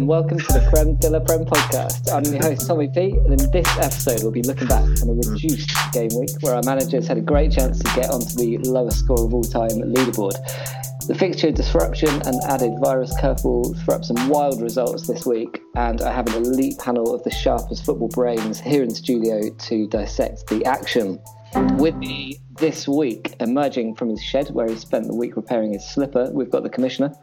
welcome to the Friend Dilla Friend podcast. I'm your host, Tommy P, and in this episode, we'll be looking back on a reduced game week where our managers had a great chance to get onto the lowest score of all time leaderboard. The fixture disruption and added virus curveball threw up some wild results this week, and I have an elite panel of the sharpest football brains here in studio to dissect the action. With me this week, emerging from his shed where he spent the week repairing his slipper, we've got the commissioner.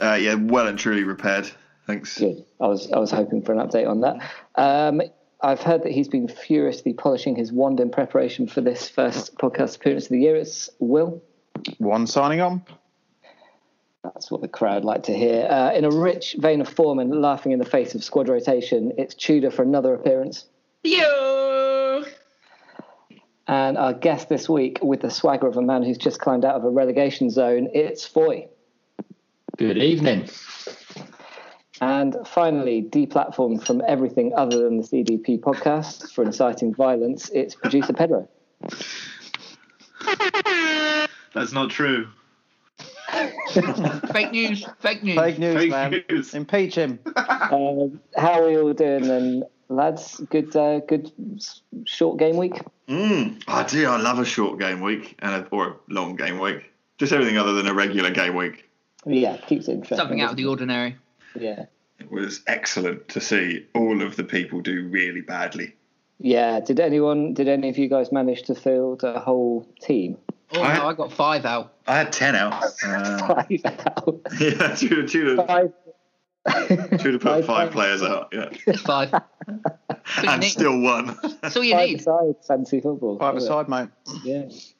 Uh, yeah, well and truly repaired. Thanks. Good. I was I was hoping for an update on that. Um, I've heard that he's been furiously polishing his wand in preparation for this first podcast appearance of the year. It's Will. One signing on. That's what the crowd like to hear. Uh, in a rich vein of form and laughing in the face of squad rotation, it's Tudor for another appearance. Yo! And our guest this week, with the swagger of a man who's just climbed out of a relegation zone, it's Foy. Good evening. And finally, deplatformed from everything other than the CDP podcast for inciting violence, it's producer Pedro. That's not true. Fake news. Fake news. Fake news, Fake man. news. Impeach him. Um, how are we all doing then, lads? Good, uh, good s- short game week. Mm, I do. I love a short game week and a, or a long game week. Just everything other than a regular game week. Yeah, keeps it interesting. Something out of the ordinary. Yeah, It was excellent to see all of the people do really badly. yeah. Did anyone? Did any of you guys manage to field a whole team? Oh, I- no, I got five out. I had 10 out. Uh, Five out. yeah, Tudor, Tudor, Five. Tudor put Five five players. players out. Yeah. It's five. That's all you And need. still won. That's all you Five need. aside, fancy football. Five Love it. aside, mate.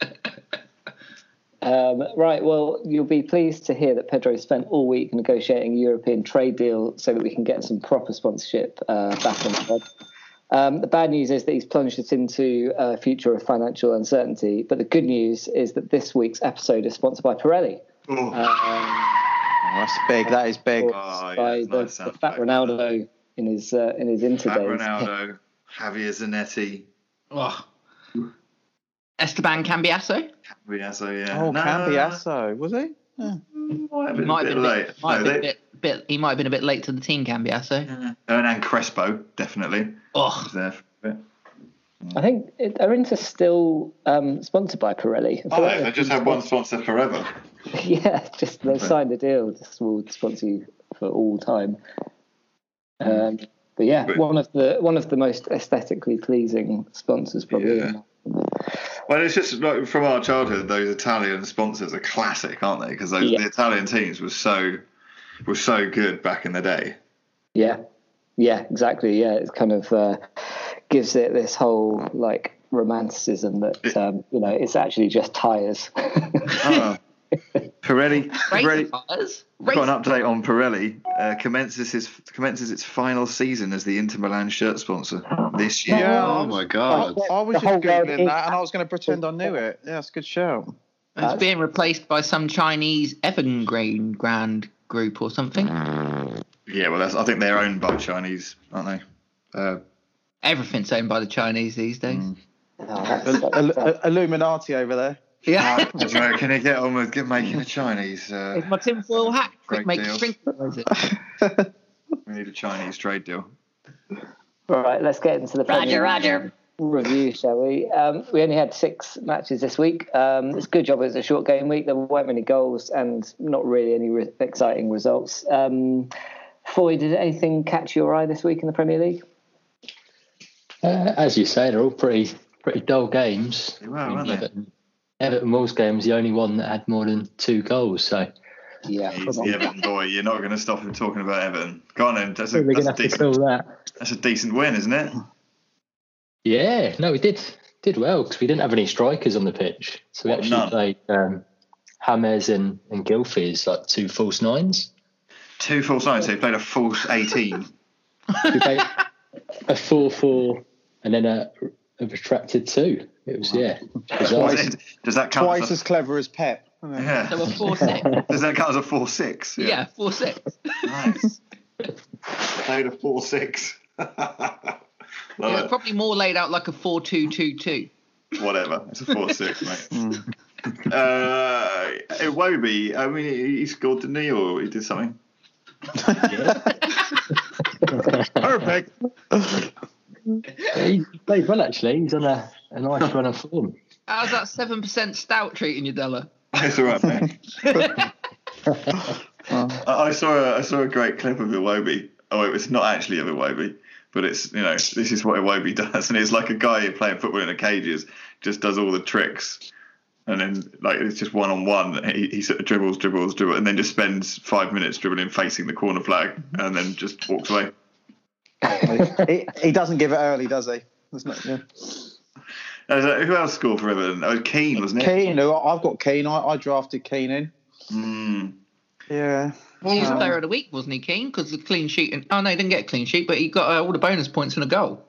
Yeah. um, right. Well, you'll be pleased to hear that Pedro spent all week negotiating a European trade deal so that we can get some proper sponsorship uh, back on the pod. Um, the bad news is that he's plunged us into a future of financial uncertainty. But the good news is that this week's episode is sponsored by Pirelli. Oh, Uh, Um, Oh, that's big. That is big. or yeah, by it's the, nice the sound fat effect. Ronaldo in his uh, in his Fat interdays. Ronaldo, Javier Zanetti. Oh. Esteban Cambiasso? Cambiasso, yeah. Oh, No, Cambiasso, was he? Might have been Might a have bit been a late. bit, might No, have been they- a bit, bit, he might have been a bit late to the team, Cambiasso. Yeah. And, and Crespo, definitely. Oh, Was there for a bit. I think it, are Inter still um, sponsored by Pirelli? I feel Oh, like if I they've just been had one sponsor forever. yeah, just they signed a deal. Just will sponsor you for all time. Um, but yeah, But- one of the one of the most aesthetically pleasing sponsors, probably. Yeah. Well, it's just like from our childhood, those Italian sponsors are classic, aren't they? Because Yeah. the Italian teams were so were so good back in the day. Yeah, yeah, exactly. Yeah, it kind of uh, gives it this whole like romanticism that um, you know it's actually just tires. Oh. Pirelli, race Pirelli cars? got Race an update on Pirelli. Uh, commences his commences its final season as the Inter Milan shirt sponsor this year. Yeah. Oh my god. I The was just whole world googling is- that, and I was going to pretend I knew it. Yeah, that's a good shout. It's being replaced by some Chinese Evergreen Grand group or something. Yeah, well, that's, I think they're owned by Chinese, aren't they? Uh, Everything's owned by the Chinese these days. Mm. Oh, that's- Ill- that's- Ill- Illuminati over there. Yeah. I don't know, can I get on with get- making a Chinese? Uh, It's my tinfoil hat. Great Quick, make deal. drink. we need a Chinese trade deal. All right, let's get into the Premier Roger. review, shall we? Um, we only had six matches this week. Um, it's a good job. It's a short game week. There weren't many goals and not really any re- exciting results. Um, Foy, did anything catch your eye this week in the Premier League? Uh, as you say, they're all pretty pretty dull games. They were, weren't they? Everton, Everton Wolves game was the only one that had more than two goals. So Yeah, He's the Everton boy. You're not going to stop him talking about Everton. Go on, then. That's a, we're that's going to a, have to decent, fill that. that's a decent win, isn't it? Yeah, no, we did did well because we didn't have any strikers on the pitch. So we Well, actually none. played um, James and and Gilfie as like two false nines. Two false nines. So he played a false 18. We played a four four and then a, a retracted two. It was yeah. bizarre. What is it? Does that count? Twice as a- as clever as Pep. There yeah. were four six. Does that count as a four six? Yeah, four six. Nice. played a four six. Love It was it. probably more laid out like a four two two two. Whatever. It's a four six, mate. Mm. uh, Iwobi. I mean, he he scored, didn't he, or he did something? Yeah. Perfect. He played well actually. He's on a, a nice run of form. How's that seven percent stout treating you, Della? That's all right, man. I I saw a, I saw a great clip of Iwobi. Oh, it's not actually of Iwobi, but it's you know this is what Iwobi does, and it's like a guy playing football in the cages just does all the tricks, and then like it's just one on one. He he sort of dribbles, dribbles, dribbles, and then just spends five minutes dribbling, facing the corner flag, and then just walks away. he, he doesn't give it early, does he? That's not, yeah. I was like, Uh, who else scored for Everton? Oh, Keane wasn't it? Keane, who- I've got Keane. I, I drafted Keane in. Hmm. Mm. Yeah. He was Um, player of the week, wasn't he, Keane? Because the clean sheet and oh no, he didn't get a clean sheet, but he got uh, all the bonus points and a goal.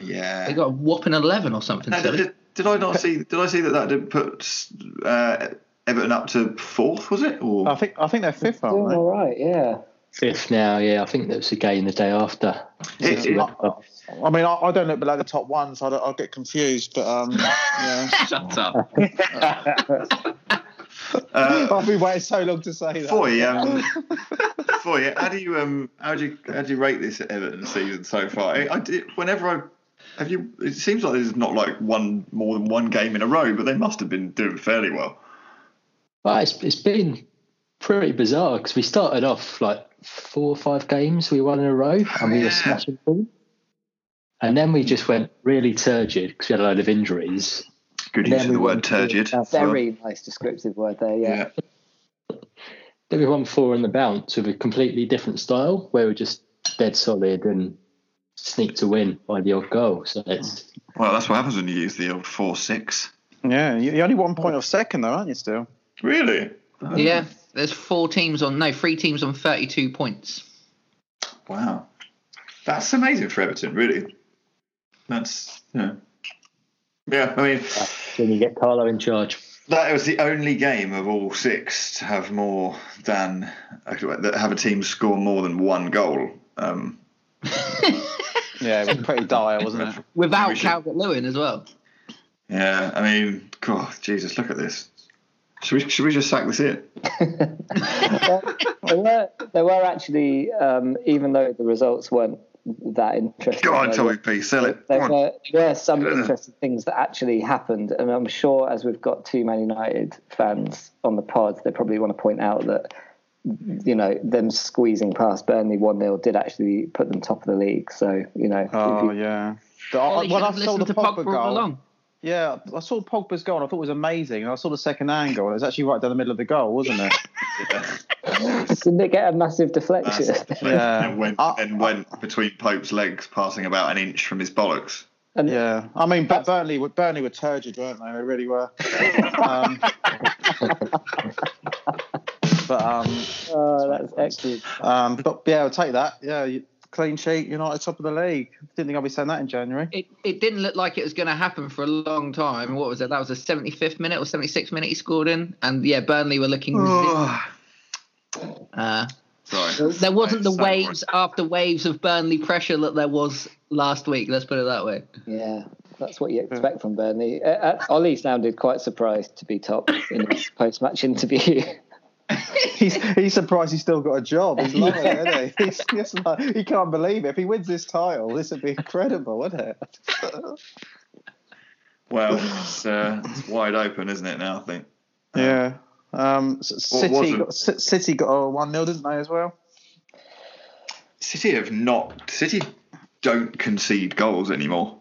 He Yeah. got a whopping eleven or something. Uh, silly. Did, did I not see? Did I see that that did put uh, Everton up to fourth? Was it? Or I think I think they're fifth, Doing aren't they? all right, yeah. Fifth now, yeah. I think that was the game the day after. It- it- Oh, I mean, I, I don't look below the top one, so I don't, I'll get confused. But um, yeah. Shut up. uh, I've been waiting so long to say that. Foy, um, Foy, how do you um, how do you how do you rate this Everton season so far? I, I did, whenever I have you, it seems like there's not like one more than one game in a row, but they must have been doing fairly well. Well, it's, it's been pretty bizarre because we started off like four or five games we won in a row and we Yeah. were smashing them. And then we just went really turgid because we had a load of injuries. Good And then use of the we word went to- turgid. Very nice descriptive word there, yeah. Yeah. Then we won four on the bounce with a completely different style where we're just dead solid and sneaked a win by the odd goal. So it's Well, that's what happens when you use the old four six. Yeah, you- you're only one point off second, though, aren't you? Still. Really? yeah, there's four teams on no, three teams on thirty-two points. Wow. That's amazing for Everton, really. That's, you know. Yeah, I mean, when you get Carlo in charge. that was the only game of all six to have more than, that have a team score more than one goal. Um, Yeah, it was pretty dire, wasn't it? Without We should- Calvert Lewin as well. yeah, I mean, God, Jesus, look at this. Should we, should we just sack this in? There were, there were actually, um, even though the results weren't that interesting. Go on, there Tommy were- P, sell it. Go There on. were, there were some interesting things that actually happened, and I'm sure as we've got two Man United fans on the pod, they probably want to point out that you know them squeezing past Burnley one 0 did actually put them top of the league. So you know, if Oh you- yeah. Well, I, he when should I have saw listened to the Pogba, Pogba all goal, along. yeah, I saw Pogba's goal and I thought it was amazing. And I saw the second angle and it was actually right down the middle of the goal, wasn't it? didn't it get a massive deflection? yeah. And went, I- and went between Pope's legs, passing about an inch from his bollocks. Yeah, I mean, but Burnley, were- Burnley were turgid, weren't they? They really were. um, but um, oh, that's excellent. um, but yeah, I'll take that. Yeah, you, clean sheet, United top of the league. Didn't think I'd be saying that in January. It, it didn't look like it was going to happen for a long time. What was it? That was the 75th minute or 76th minute he scored in. And yeah, Burnley were looking. resi- Uh, Sorry. there wasn't the So waves after waves of Burnley pressure that there was last week. Let's put it that way. Yeah, that's what you expect from Burnley. Uh, uh, Ollie sounded quite surprised to be top in his post-match interview. He's he's surprised he's still got a job. He's loving it, isn't he? He's just like, he can't believe it. If he wins this title, this would be incredible, wouldn't it? Well, it's, uh, it's wide open, isn't it now? I think. Yeah. Um, S- What was City, it? got, C- City got a one 0 didn't they, as well? City have not. City don't concede goals anymore.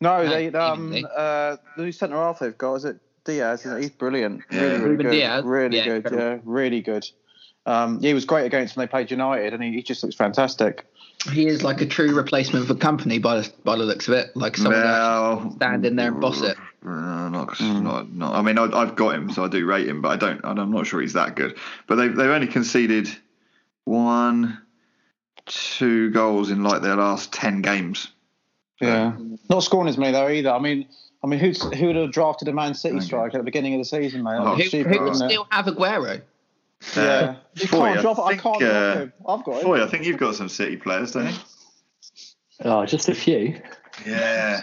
No, No, they um evenly. uh the centre half they've got is it Diaz? Isn't it? He's brilliant. Yeah. Really, really Ruben good. Diaz. Really Yeah, good. incredible. Yeah, really good. Um, yeah, he was great against when they played United, and he, he just looks fantastic. He is like a true replacement for company by the, by the looks of it. Like someone that stand in there and boss it. Mm. No, not, not, not. I mean, I, I've got him, so I do rate him, but I don't. I'm not sure he's that good. But they've they've only conceded one, two goals in like their last ten games. Yeah, not scoring as many though either. I mean, I mean, who who would have drafted a Man City Okay. striker at the beginning of the season, mate? Oh, That'd be Who, stupid, who would wouldn't it? still have Aguero? Yeah, you Uh, Foy, can't I drop. I think, can't uh, drop him. I've got him. Boy, I think you've got some City players, don't you? Oh, just a few. Yeah.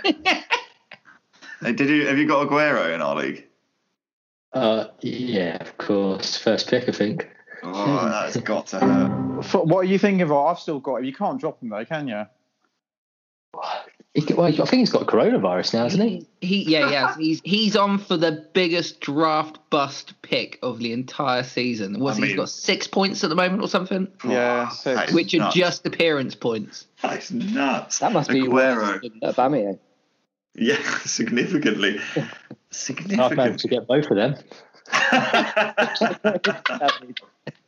Hey, Did you have you got Aguero in our league? Uh, yeah, of course. First pick, I think. Oh, that's got to hurt. F- What are you thinking of? I've still got him. You can't drop him though, can you? He could- well, I think he's got coronavirus now, hasn't he? He yeah yeah he's he's on for the biggest draft bust pick of the entire season. Was I he's mean- got six points at the moment or something, Yeah, Oh, six. that is which are nuts. just appearance points. That's nuts. That must be Aguero. Aubameyang. Yeah, significantly. I've managed to Significantly. get both of them. I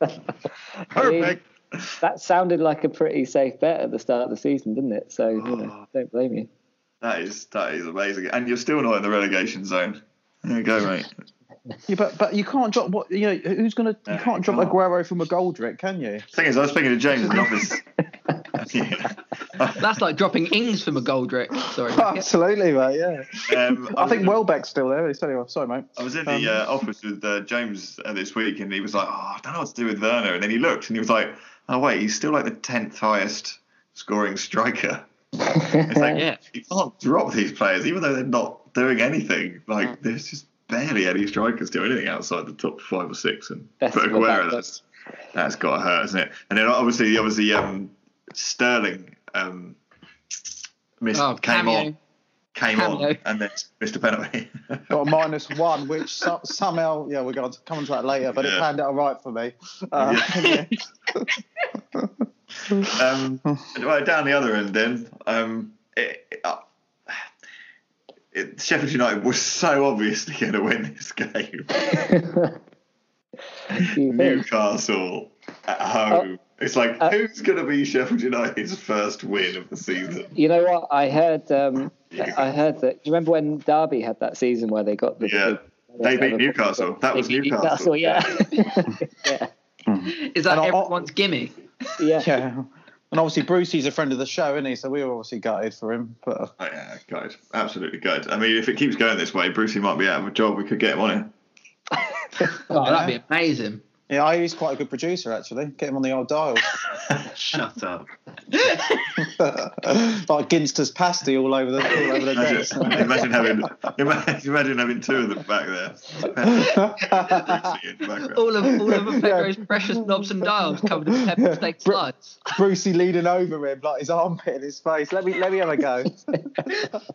mean, Perfect. that sounded like a pretty safe bet at the start of the season, didn't it? So you Oh. know, don't blame you. That is that is amazing. And you're still not in the relegation zone. There you go, mate. Yeah, but but you can't drop what you know. Who's gonna? No, you can't you drop can't. Aguero from a Goldrick, can you? Thing is, I was speaking to James in the office. Yeah. That's like dropping Ings from a Goldrick. Sorry, Beckett. Absolutely, mate. Yeah. Um, I think was- Welbeck's still there. He's still- Sorry, mate. Um, I was in the Um, uh, office with uh, James uh, this week, and he was like, "Oh, I don't know what to do with Werner." And then he looked, and he was like, "Oh wait, he's still like the tenth highest scoring striker." It's like, Yeah. you can't drop these players, even though they're not doing anything. Like, there's just barely any strikers doing anything outside the top five or six. And Best but of all Aguero, that, that's that's got to hurt, isn't it? And then obviously, obviously, um, Sterling um, missed, Oh, came cameo. on, came Cameo. on, and then missed a penalty. Got a minus one, which so- somehow, yeah, we're going to come on to that later, but it Yeah. panned out all right for me. Uh, Yeah. um, well, down the other end, then um, it, it, uh, it, Sheffield United was so obviously going to win this game. You think? Newcastle at home. it's like Mm-hmm. uh, who's going to be Sheffield United's first win of the season? You know what? I heard. Um, Yeah. I heard that. Do you remember when Derby had that season where they got the? Yeah. They beat Newcastle. That was They beat Newcastle. yeah. Is that And I'll- everyone's gimme? yeah. yeah. And obviously, Brucey's a friend of the show, isn't he? So we were obviously gutted for him. But uh, Oh, yeah, good. Absolutely good. I mean, if it keeps going this way, Brucey might be out of a job. We could get him on it. Oh, that'd be amazing. yeah, I- he's quite a good producer, actually. Get him on the old dial. Shut up. like Ginster's pasty all over the, all over the decks. Imagine, imagine having imagine, imagine having two of them back there. Brucey in the background. All of all of Pedro's precious knobs and dials covered in pepper steak Br- slides. Brucey leaning over him, like his armpit in his face. Let me let me have a go.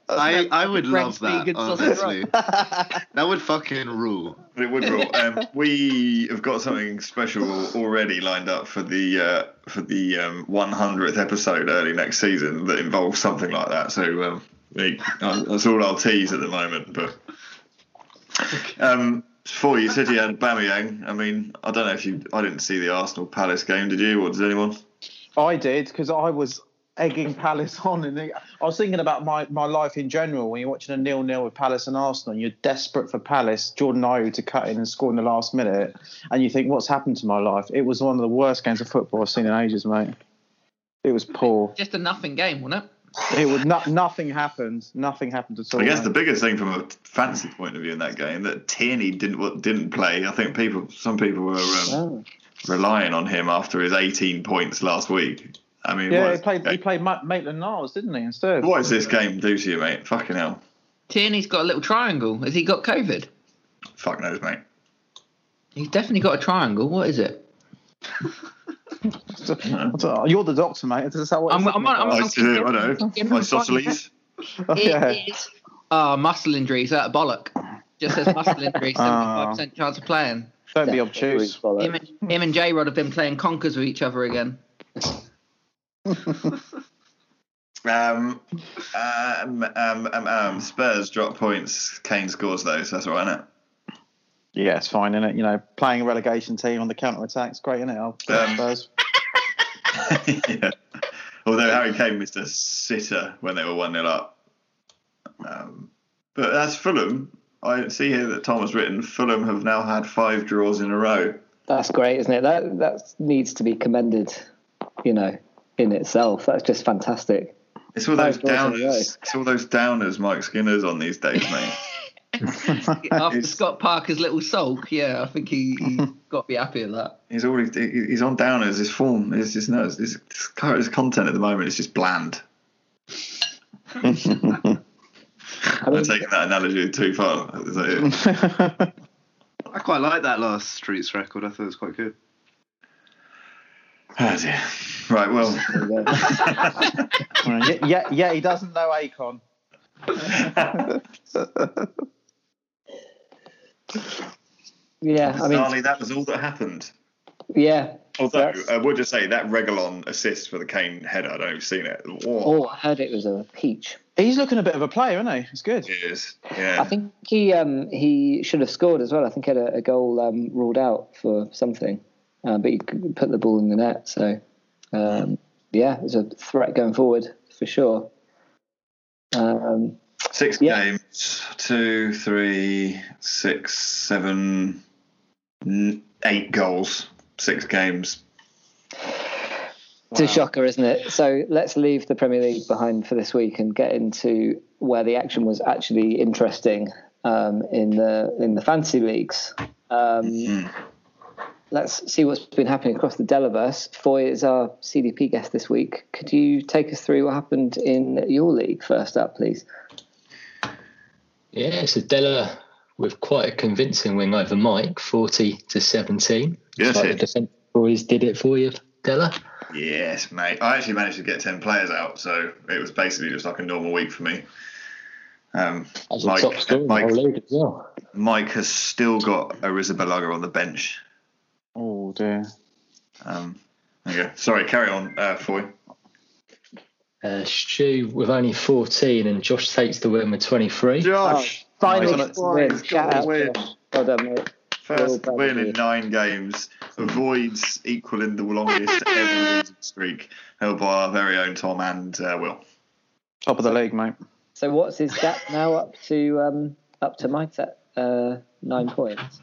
I, I would Frank's love that, vegan sausage honestly. that would fucking rule. It would rule. Um, we have got something special already lined up for the uh, for the um, 100th episode early next season that involves something like that. So um, we- uh, that's all I'll tease at the moment. But um, for you said you had Bamiyang. I mean, I don't know if you. I didn't see the Arsenal Palace game. Did you? Or did anyone? I did because I was egging Palace on, and I was thinking about my, my life in general. When you're watching a nil nil with Palace and Arsenal, and you're desperate for Palace, Jordan Ayew to cut in and score in the last minute, and you think, "What's happened to my life?" It was one of the worst games of football I've seen in ages, mate. It was poor. Just a nothing game, wasn't it? It was no, nothing happened. Nothing happened at all. I guess the mate. biggest thing from a fancy point of view in that game that Tierney didn't didn't play. I think people some people were. Um, Oh. relying on him after his 18 points last week. I mean, yeah, what, he is, played he played Ma- Maitland-Niles, didn't he? Instead, what does this game do to you, mate? Fucking hell. Tierney's got a little triangle. Has he got COVID? Fuck knows, mate. He's definitely got a triangle. What is it? you're the doctor, mate. Is that what I'm, it's- I'm, on- I'm, Oh, I, I'm, do, I know. I'm- Isosceles. yeah. It is. Ah, muscle injuries. That bollock. Just says muscle injuries. Seventy-five percent chance of playing. Don't be obtuse. Him and, him and J Rod have been playing conkers with each other again. Um, um, um, um, um, Spurs drop points. Kane scores, though, so that's all right, isn't it? Yeah, it's fine, isn't it? You know, playing a relegation team on the counter attack's great, isn't it? I'll Um, Spurs. yeah. Although Harry Kane missed a sitter when they were 1 0 up. Um, but as Fulham, I see here that Tom has written Fulham have now had five draws in a row. That's great, isn't it? That that needs to be commended. You know, in itself, that's just fantastic. It's all those Five goals in a row. downers. It's all those downers Mike Skinner's on these days, mate. After It's- Scott Parker's little sulk, yeah, I think he, he's got to be happy with that. he's already he- he's on downers. His form is just no. His, his, his content at the moment is just bland. I'm taking that analogy too far. Oh, Is that it? I quite like that last Streets record. I thought it was quite good. Oh dear. Right, well. yeah, yeah, yeah, he doesn't know Akon. Yeah, I mean, Bizarrely, that was all that happened. yeah. Although, That's- I would just say that Regalon assist for the Kane header, I don't know if you've seen it. Whoa, Oh, I heard it was a peach. He's looking a bit of a player, isn't he? It's good. it is. I Yeah. think he um, he should have scored as well. I think he had a, a goal um, ruled out for something, uh, but he couldn't put the ball in the net. So, um, yeah, it's a threat going forward for sure. Um, Six Yeah. games, two, three, six, seven, n- eight goals, six games. It's a shocker, isn't it? So let's leave the Premier League behind for this week and get into where the action was actually interesting um, in the in the fantasy leagues. Um, Let's see what's been happening across the Delaverse. Foy is our CDP guest this week. Could you take us through what happened in your league first up, please? Yeah, so Della with quite a convincing win over Mike, 40 to 17. Yes, like the it- defence boys did it for you, Della. Yes, mate. I actually managed to get 10 players out, so it was basically just like a normal week for me. Um, As Mike- a top scorer in the Mike- whole league as well. Mike has still got Arizabalaga on the bench. Oh dear. Um, there you go. Sorry, carry on, uh, Foy. Uh, Stu with only 14 and Josh takes the win with 23. Josh, Finally, nice. win. Nice. Shout Got out a to win. Josh. Well done, mate. First Well win in done. nine games, avoids equaling the longest ever losing streak held by our very own Tom and uh, Will. Top of the league, mate. So what's his gap now up to um, up to Mike's at uh, nine points?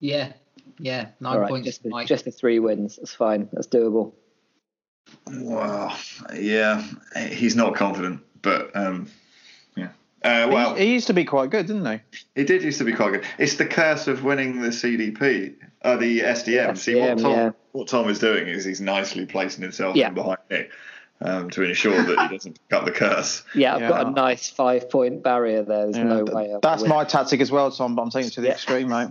Yeah, yeah, nine All right, points. just the, Mike. just the three wins. That's fine. That's doable. Wow. Yeah, he's not confident, but um, yeah. Uh, well, he, he used to be quite good, didn't he? It did used to be quite good. It's the curse of winning the CDP, uh, the SDM. See what SDM, Tom, yeah. what Tom is doing is he's nicely placing himself Yeah. in behind Nick um, to ensure that he doesn't pick up the curse. Yeah, I've got Yeah. a nice five point barrier there. There's no Yeah, way. th- I'll that's win. my tactic as well, Tom. But I'm taking it to the extreme, mate.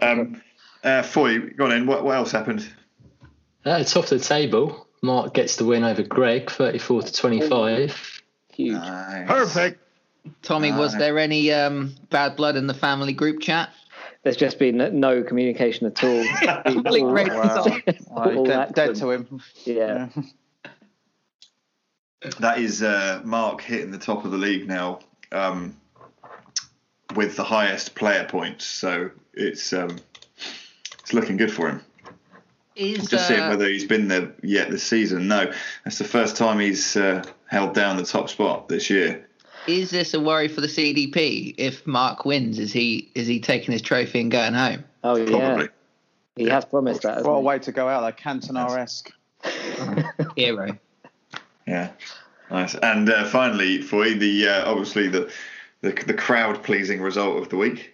Um, uh, Foy, go on in. What, what else happened? At the top of the table, Mark gets the win over Greg, 34 to 25. huge. Perfect. Tommy, Uh, was there any um, bad blood in the family group chat? There's just been no communication at all. Oh, Like, great wow. result. Well, All dead, that dead good. to him. yeah, That is uh, Mark hitting the top of the league now um, with the highest player points. So it's um, it's looking good for him. Is Just seeing uh, whether he's been there yet this season. No, that's the first time he's uh, held down the top spot this year. is this a worry for the CDP? If Mark wins, is he is he taking his trophy and going home? Oh yeah, Probably. he has promised that. What a hasn't way to go out there, Cantona-esque. Hero. Yeah. Nice. And uh, finally, for the uh, obviously the the, the crowd pleasing result of the week.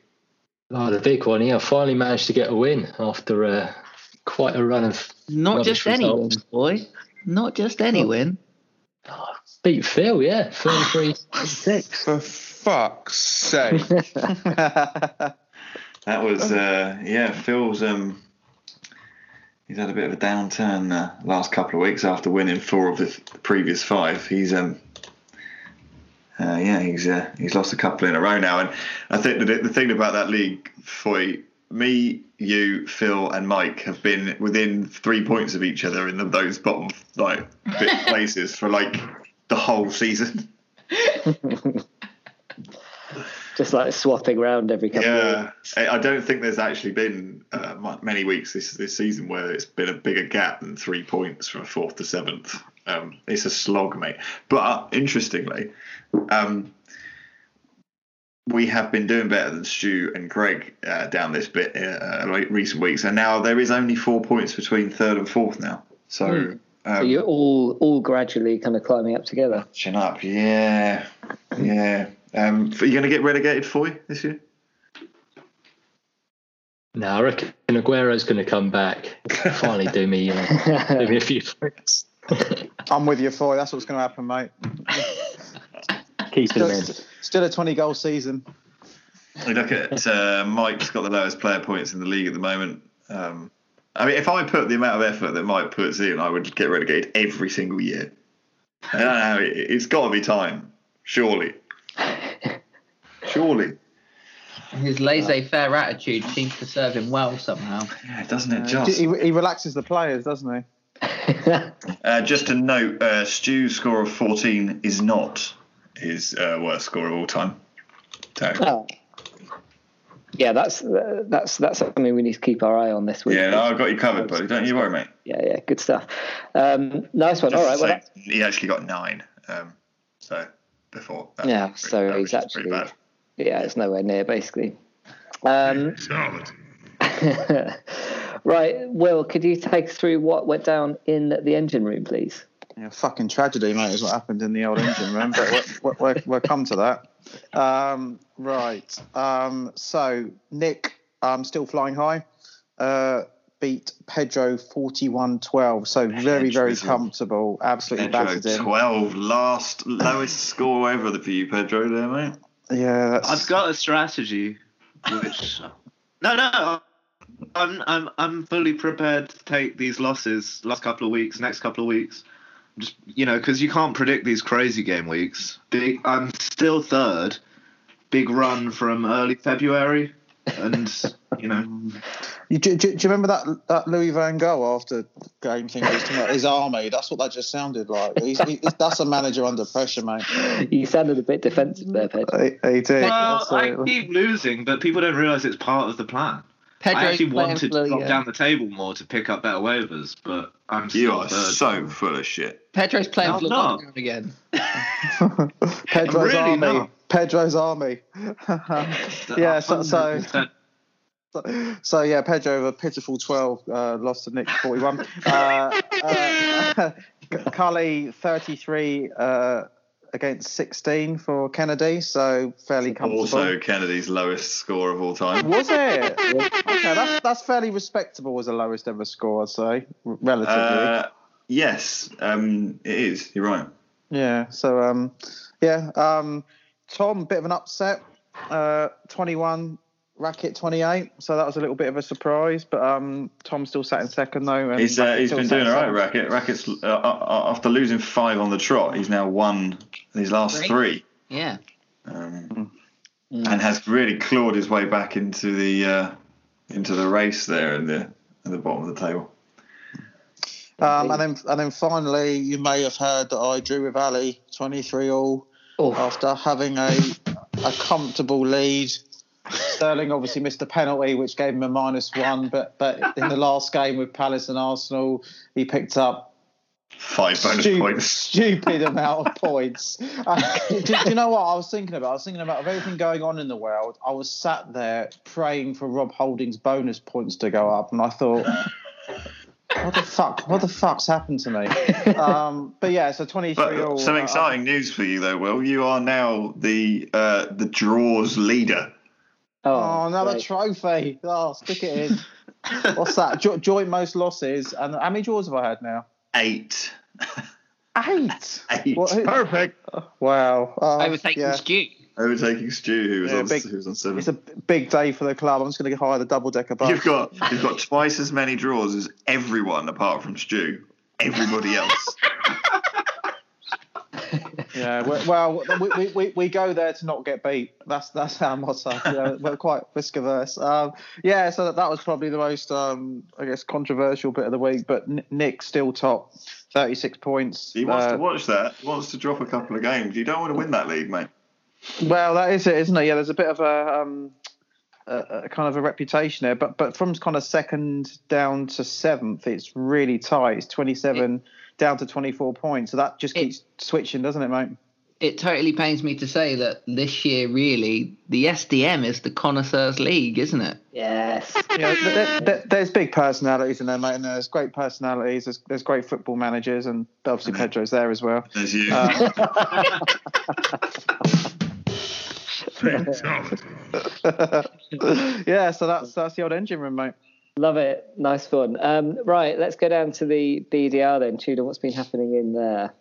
Oh, the big one here. Finally managed to get a win after uh, quite a run of Not Rubbish just any win, results. boy. Not just any win. beat Phil, yeah, 33 6. For fuck's sake. That was uh, yeah. Phil's um, he's had a bit of a downturn uh, last couple of weeks after winning four of the th- previous five. He's um. Uh, yeah, he's uh, he's lost a couple in a row now, and I think that it- the thing about that league for me, you, Phil, and Mike have been within three points of each other in the, those bottom like bit places for like the whole season. he? Just like swapping round every couple. Of Yeah, I I don't think there's actually been uh, mu- many weeks this this season where it's been a bigger gap than three points from fourth to seventh. Um, it's a slog, mate. But uh, interestingly, um, we have been doing better than Stu and Greg uh, down this bit uh, like recent weeks, and now there is only four points between third and fourth now. So. Um, so you're all all gradually kind of climbing up together. Chin up, yeah, yeah. Um, f- you going to get relegated for you this year? Now I reckon Aguero's going to come back. Finally, do me, uh, do me a few points. I'm with you, Foy. That's what's going to happen, mate. Keep him in. Still, still a 20 goal season. We look at uh, Mike's got the lowest player points in the league at the moment. Um, I mean, if I put the amount of effort that Mike puts in, I would get relegated every single year. I don't know. It, it's got to be time, surely. Surely. His laissez-faire attitude seems to serve him well somehow. Yeah, doesn't Uh, it He, just? he relaxes the players, doesn't he? Uh, just to note, uh, Stu's score of 14 is not his uh, worst score of all time. So, Oh. Yeah, that's uh, that's that's something we need to keep our eye on this week. yeah, no, I've got you covered, buddy. Don't you worry, mate. yeah, yeah, good stuff. Um, nice one. Just All right, well, to say, that's, he actually got nine. Um, so before. That Yeah, was pretty- so that was he's pretty actually- yeah, it's nowhere near basically. Um, bad. Charlotte. right, Will, could you take us through what went down in the engine room, please? Yeah, fucking tragedy, mate, is what happened in the old engine room, but we'll, we'll, we'll come to that. Um, right. Um, so, Nick, um, still flying high, uh, beat Pedro 41 12. So, very, very Pedro's a- comfortable. Absolutely Pedro, battered him. 12, last, lowest score ever for you, Pedro, there, mate. Yeah, that's, I've got a strategy, which no, no, I'm I'm I'm fully prepared to take these losses. Last couple of weeks, next couple of weeks, just you know, because you can't predict these crazy game weeks. Big, I'm still third. Big run from early February, and you know, You, do, do, do you remember that that Louis Van Gogh after game thing? He was talking about his army. That's what that just sounded like. He's, he, that's a manager under pressure, mate. You sounded a bit defensive there, Mm-hmm. Pedro. He, he did. well, I absolutely. keep losing, but people don't realize it's part of the plan. I actually wanted to drop down the table more to pick up better waivers, but I'm still You are third. so full of shit. Pedro's playing No, for no. lockdown again. Pedro's Really army. not. Pedro's army. yeah, so, so 100%. so yeah, Pedro with a pitiful twelve uh, lost to Nick forty-one. uh, uh, Cully thirty-three uh, against sixteen for Kennedy, so fairly comfortable. Also, Kennedy's lowest score of all time. Was it? okay, that's that's fairly respectable as the lowest ever score, I'd say, r- relatively. Uh, yes, um, it is. You're right. yeah. So um, yeah. Um, Tom, bit of an upset. Uh, twenty-one. Racket 28, so that was a little bit of a surprise, but um, Tom still sat in second though. And He's uh, Rackett he's still been sat doing all in right, Racket. seventh. Racket's uh, uh, after losing five on the trot, he's now won his last Three? three, Yeah. um, and has really clawed his way back into the uh, into the race there in the at the bottom of the table. Um, and then and then finally, you may have heard that I drew with Ali 23 all Oh, after having a a comfortable lead. Sterling obviously missed the penalty, which gave him a minus one. But but in the last game with Palace and Arsenal, he picked up Five bonus stu- points. stupid amount of points. Uh, do, do you know what I was thinking about? I was thinking about of everything going on in the world. I was sat there praying for Rob Holding's bonus points to go up, and I thought, what the fuck? What the fuck's happened to me? Um, but yeah, so uh, twenty three. But some exciting news for you though, Will. You are now the uh, the draws leader. Oh, another great. trophy! Oh, stick it in. What's that? Jo- joint most losses, and how many draws have I had now? Eight. Eight. Eight. What- who- Perfect. Wow. Oh, I was taking yeah. Stu. Overtaking Stu, who was Yeah, on big- who was on seven. It's a big day for the club. I'm just going to hire the double decker bus. You've got you've got twice as many draws as everyone apart from Stu. Everybody else. Yeah, we- well, we, we, we, we go there to not get beat. That's that's our motto. Yeah, we're quite risk averse. Um, yeah, so that, that was probably the most, um, I guess, controversial bit of the week. But N- Nick still top, thirty six points. He wants Uh, to watch that. He wants to drop a couple of games. You don't want to win that league, mate. Well, that is it, isn't it? Yeah, there's a bit of a, um, a, a kind of a reputation there, but but from kind of second down to seventh, it's really tight. It's twenty seven down to twenty four points. So that just It- keeps switching, doesn't it, mate? It totally pains me to say that this year, really, the SDM is the connoisseurs league, isn't it? yes. Yeah, th- th- th- there's big personalities in there, mate, and there's great personalities. There's, there's great football managers, and obviously Mm-hmm. Pedro's there as well. There's you. Um, yeah, so that's that's the old engine room, mate. Love it. Nice one. Um, right, let's go down to the BDR then. Tudor, what's been happening in there?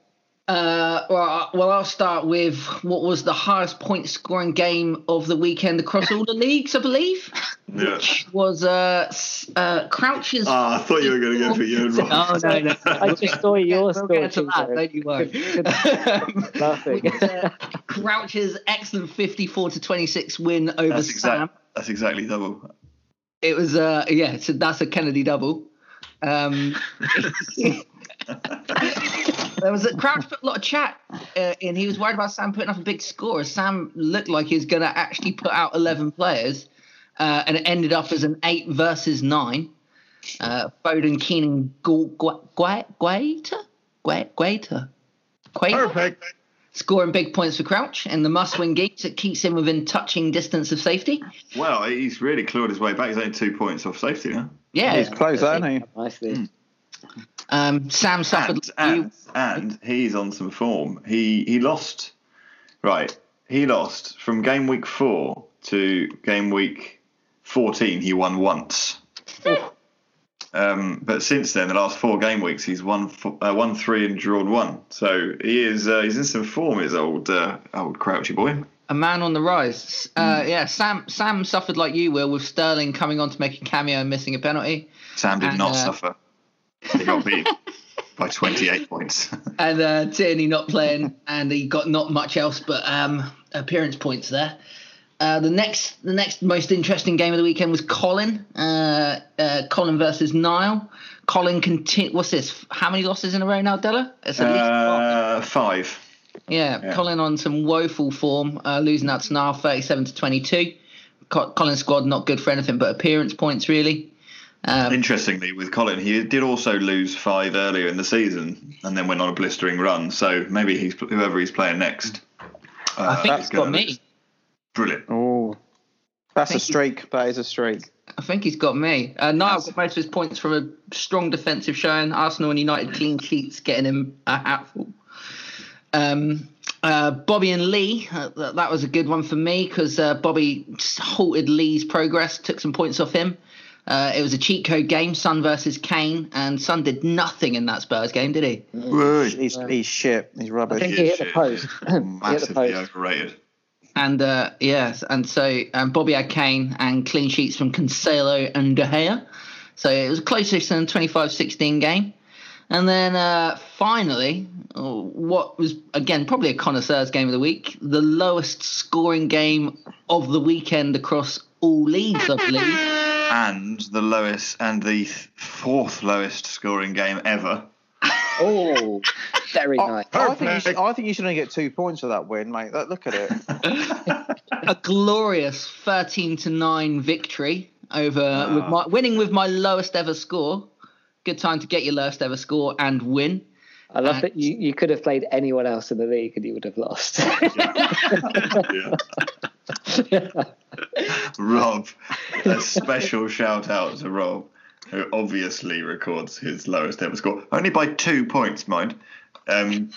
Uh, well, I- well, I'll start with what was the highest point scoring game of the weekend across all the leagues, I believe, Yeah. was uh, s- uh, Crouch's. Ah, I thought you were going to go for Ewan Ross. Oh, no, no. I just saw your we'll story. get to that. Joe. Don't you worry. Good- Um, Laughing. which was, uh, Crouch's excellent 54 to 26 win over That's Sam. exact. That's exactly double. It was uh yeah, so that's a Kennedy double. Um, there was a Crouch put a lot of chat, uh, and he was worried about Sam putting up a big score. Sam looked like he was going to actually put out eleven players, uh, and it ended up as an eight versus nine. Uh, Foden, Keenan, Guaita, Guaita, Guaita, Guaita, Perfect. scoring big points for Crouch, and the must-win games that keeps him within touching distance of safety. Well, he's really clawed his way back. He's only two points off safety now. Yeah, He's close, isn't he? Nicely. Mm. Um, Sam suffered. And, and, and he's on some form. He he lost. Right, he lost from game week four to game week fourteen. He won once. Um, but since then, the last four game weeks, he's won fo- uh, won three and drawn one. So he is uh, he's in some form, his old uh, old Crouchy boy. a man on the rise. Uh, Hmm. Yeah, Sam Sam suffered like you will with Sterling coming on to make a cameo and missing a penalty, Sam did And, not uh, suffer. He got beat by twenty eight points. and uh, Tierney not playing, and he got not much else but um, appearance points there. Uh, the next, the next most interesting game of the weekend was Colin, uh, uh, Colin versus Nile. Colin conti- What's this? How many losses in a row now, Della? It's at least five. uh, five. Yeah, Yeah. Colin on some woeful form, uh, losing out to Nile 37 to 22. Co- Colin's squad not good for anything but appearance points, really. Um, Interestingly, with Colin, he did also lose five earlier in the season, and then went on a blistering run. So maybe he's whoever he's playing next. Uh, I think is he's gonna got be me. Brilliant. Oh, that's a Thank you. streak. That is a streak. I think he's got me. Uh, Niall got most of his points from a strong defensive showing. Arsenal and United clean sheets, getting him a hatful. Um, uh, Bobby and Lee, uh, th- that was a good one for me because uh, Bobby halted Lee's progress, took some points off him. Uh, it was a cheat code game, Sun versus Kane, and Sun did nothing in that Spurs game, did he? He's, he's shit. He's I rubbish. think he hit the shit. post. he hit the Massively post. overrated. And uh, yes, and so um, Bobby had Kane and clean sheets from Cancelo and De Gea. So it was closer than 25 16 game. And then uh, finally, uh, what was again probably a connoisseur's game of the week, the lowest scoring game of the weekend across all leagues, I believe. And the lowest, and the th- fourth lowest scoring game ever. Oh, very I, nice. I think you should, I think you should only get two points for that win, mate. Look- Look at it. A glorious 13 to 9 victory over with my, winning with my lowest ever score. Good time to get your lowest ever score and win. I love that you, you could have played anyone else in the league and you would have lost. Yeah. Rob, a special shout out to Rob, who obviously records his lowest ever score, only by two points, mind. Um,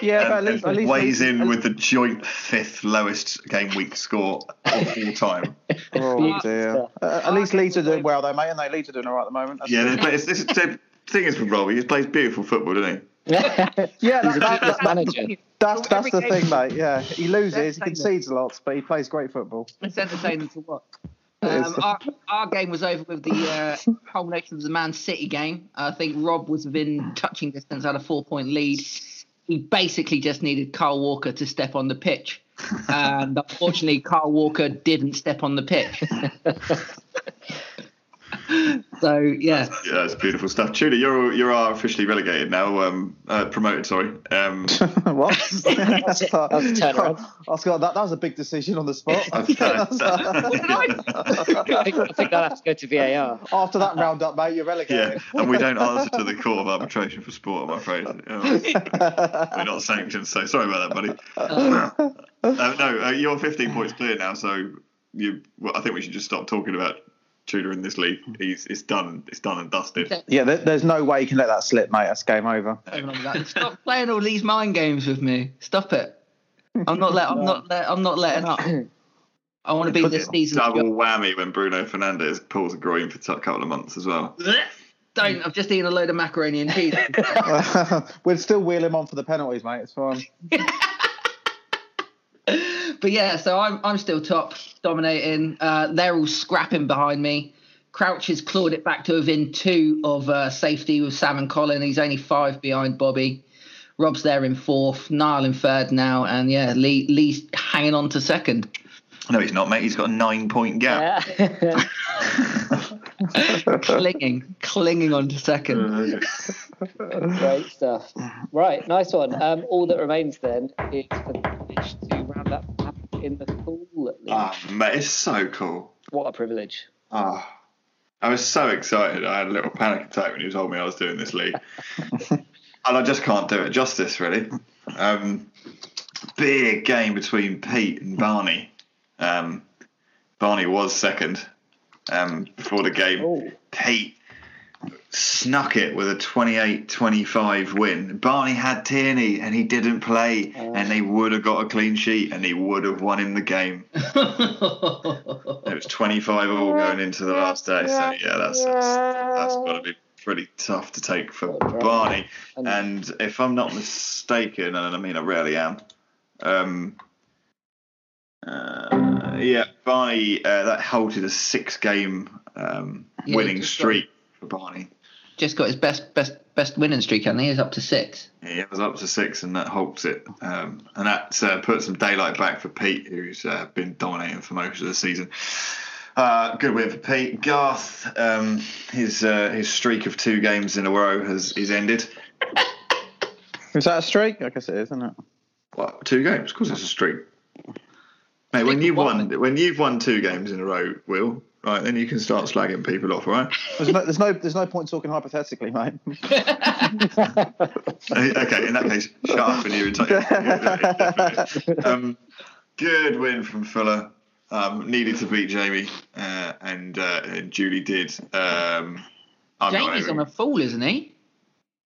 Yeah, but at and, least, at and least weighs in with the joint fifth lowest game week score of all time. Oh dear. Uh, at least Leeds are doing well though, mate, and they Leeds are doing all right at the moment. That's- Yeah, but it's, it's, the thing is with Robbie, he plays beautiful football, doesn't he? yeah. That, He's a that, business that- manager. that's that's Every the game- thing, mate. Yeah, he loses, That's he the thing. concedes a lot, but he plays great football. It's entertaining to watch. It Um, is. our, our game was over with the uh, culmination of the Man City game. I think Rob was within touching distance, had a four point lead. He basically just needed Carl Walker to step on the pitch. And unfortunately, Carl Walker didn't step on the pitch. so, yeah. Yeah, that's beautiful stuff. Tudor, you're you are officially relegated now, um, uh, promoted, sorry. Um, what? that's not- That was a turnaround. Oh, Scott, that, that was a big decision on the spot. I've- I think, I think I'll have to go to VAR. After that roundup, mate, you're yeah, relegated. and we don't answer to the court of arbitration for sport, I'm afraid. Um, we're not sanctioned, so sorry about that, buddy. Uh, no, uh, you're 15 points clear now, so you. Well, I think we should just stop talking about Tudor in this league. He's it's done, it's done and dusted. Yeah, there, there's no way you can let that slip, mate. That's game over. Moving on with that. Stop playing all these mind games with me. Stop it. I'm not let. I'm not let. I'm not letting up. I want to be this season's Double whammy when Bruno Fernandez pulls a groin for a couple of months as well. Don't. I've just eaten a load of macaroni and cheese. We'd still wheel him on for the penalties, mate. It's fine. but yeah, so I'm I'm still top, dominating. Uh, they're all scrapping behind me. Crouch has clawed it back to within two of uh, safety with Sam and Colin. He's only five behind Bobby. Rob's there in fourth, Niall in third now, and yeah, Lee Lee's hanging on to second. No, he's not, mate. He's got a nine point gap. Yeah. clinging, clinging on to second. Great stuff. Right, nice one. Um, all that remains then is for the privilege to round up in the pool. League. Ah, mate, it's so cool. What a privilege. Ah, I was so excited. I had a little panic attack when you told me I was doing this league, and I just can't do it justice, really. Um, big game between Pete and Barney. Um, Barney was second um, before the game. Oh. Pete snuck it with a 28-25 win. Barney had Tierney and he didn't play, and they would have got a clean sheet and he would have won him the game. It was 25 all going into the last day. So yeah, that's that's, that's got to be pretty tough to take for Barney. And if I'm not mistaken, and I mean I rarely am, um, uh, yeah, Barney uh, that halted a six-game um, Yeah, winning just uh, streak for Barney. Just got his best best best winning streak, and he is up to six. Yeah, it was up to six, and that halts it, um, and that uh, put some daylight back for Pete, who's uh, been dominating for most of the season. Uh, good win for Pete. Garth, um, his uh, his streak of two games in a row has is ended. Is that a streak? I guess it is, isn't it? What two games? Of course, it's a streak. Mate, when you've won when you've won two games in a row, Will, right, then you can start slagging people off, all right? There's no, there's no, there's no point talking hypothetically, mate. okay, in that case, shut up and you take. um, good win from Fuller. Um, needed to beat Jamie, uh, and uh, and Julie did. Um, I'm not Jamie's even- on a fool, isn't he?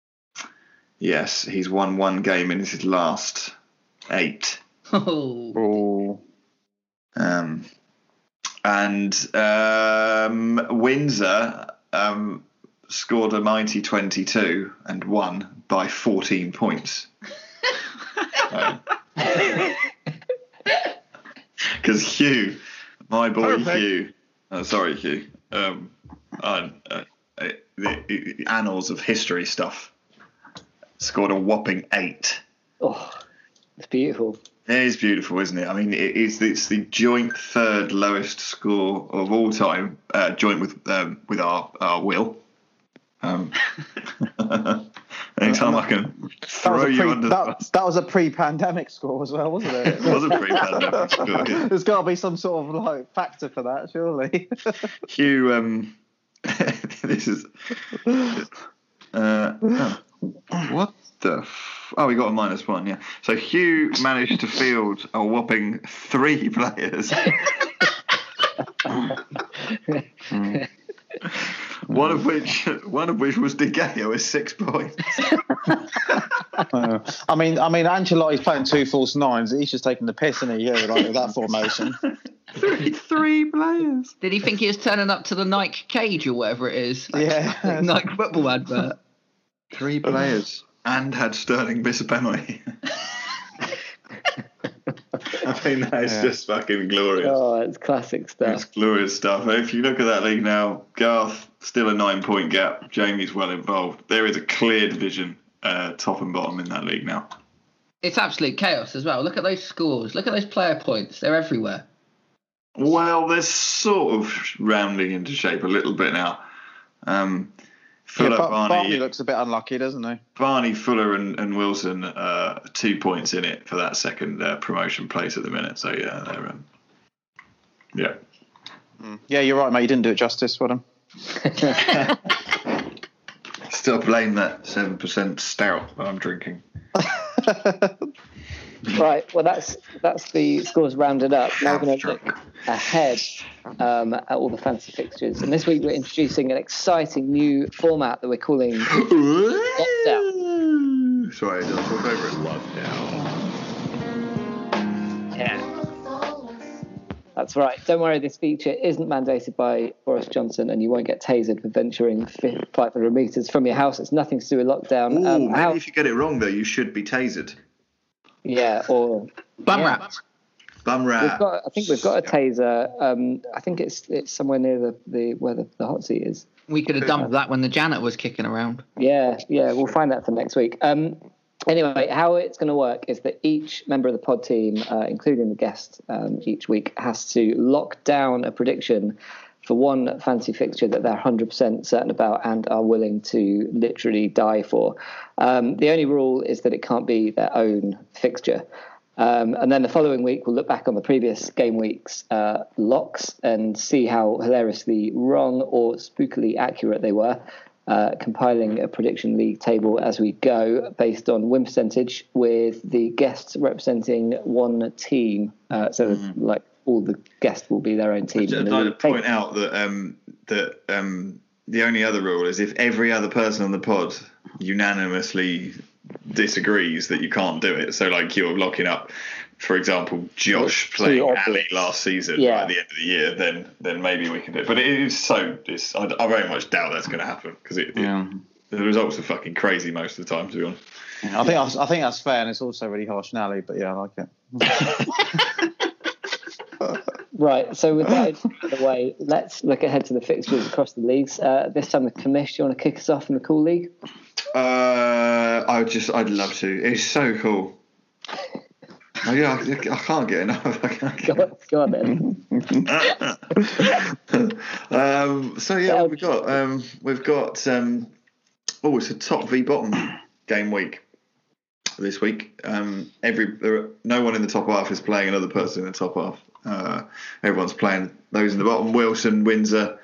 yes, he's won one game in his last eight. Oh, Oh, Um, and um, Windsor um, scored a mighty 22 and won by 14 points. Because Hugh, my boy Hugh, oh, sorry Hugh, um, uh, uh, uh, the, the annals of history stuff, scored a whopping eight. Oh, it's beautiful. It is beautiful, isn't it? I mean, it is. It's the joint third lowest score of all time, uh, joint with um, with our our will. Um, anytime I can Uh, that was, throw a you pre, under the that, bus, that was a pre-pandemic score as well, wasn't it it? was a pretty bad score. yeah. there's got to be some sort of like factor for that, surely. Hugh, um, this is. Uh, oh, what the? F- oh, we got a minus one, yeah. So Hugh managed to field a whopping three players. one of which, one of which was De Gea with six points. Uh, I mean, I mean, Ancelotti's playing two false nines. He's just taking the piss in a year like, with that formation. three, three players. did he think he was turning up to the Nike cage or whatever it is? Yeah. Nike football advert. Three players. And had Sterling miss a penalty. I mean, that is just fucking glorious. Oh, it's classic That's stuff. glorious stuff. If you look at that league now, Garth still a nine point gap. Jamie's well involved. There is a clear division, uh, top and bottom in that league now. It's absolute chaos as well. Look at those scores. Look at those player points. They're everywhere. Well, they're sort of rounding into shape a little bit now. Um, Yeah, Fuller, but Barney, Barney looks a bit unlucky, doesn't he? Barney, Fuller, and, and Wilson uh, two points in it for that second uh, promotion place at the minute. So yeah, they're um, yeah. Yeah, you're right, mate. You didn't do it justice, Wadham. Still blame that seven percent stout that I'm drinking. Right, well, that's that's the scores rounded up. Now we're going to look ahead um, at all the fancy fixtures. And this week we're introducing an exciting new format that we're calling Lockdown. Sorry, I'll talk over it. Love now. Yeah. That That's right. Don't worry, this feature isn't mandated by Boris Johnson, and you won't get tasered for venturing fi- 500 metres from your house. It's nothing to do with lockdown. Ooh, Um, maybe how- if you get it wrong though, you should be tasered. yeah, or Bum Yeah. wrap. Bum we've rap. got. I think we've got a taser. Um, I think it's it's somewhere near the, the where the, the hot seat is. We could have done with that when the janitor was kicking around. Yeah, yeah, we'll find that for next week. Um, anyway, how it's going to work is that each member of the pod team, uh, including the guest, um, each week has to lock down a prediction for one fancy fixture that they're 100% certain about and are willing to literally die for. Um, the only rule is that it can't be their own fixture. Um, and then the following week, we'll look back on the previous game week's uh, locks and see how hilariously wrong or spookily accurate they were, uh, compiling a prediction league table as we go based on win percentage with the guests representing one team. Uh, so, like, all the guests will be their own team. I'd And like to then we point out that um, that um, the only other rule is if every other person on the pod unanimously disagrees that you can't do it. So like you're locking up, for example, Josh Two playing obvious. Ali last season Yeah. right at the end of the year, then then maybe we can do it. But it is so. It's, I, I very much doubt that's going to happen because it, it- Yeah. the results are fucking crazy most of the time. To be honest. I think that's, I think that's fair, and it's also really harsh and alley. But yeah, I like it. Right. So with that out of the way, let's look ahead to the fixtures across the leagues. Uh, this time, the commish. Do you want to kick us off in the cool league? Uh, I would just, I'd love to. It's so cool. Oh, yeah, I, I can't get enough. I can't Go get on, go on then. um, so yeah, what we've got um, we've got um, oh, it's a top v bottom game week this week. Um, every there are, no one in the top half is playing another person in the top half. Uh, everyone's playing those in the bottom. Wilson, Windsor,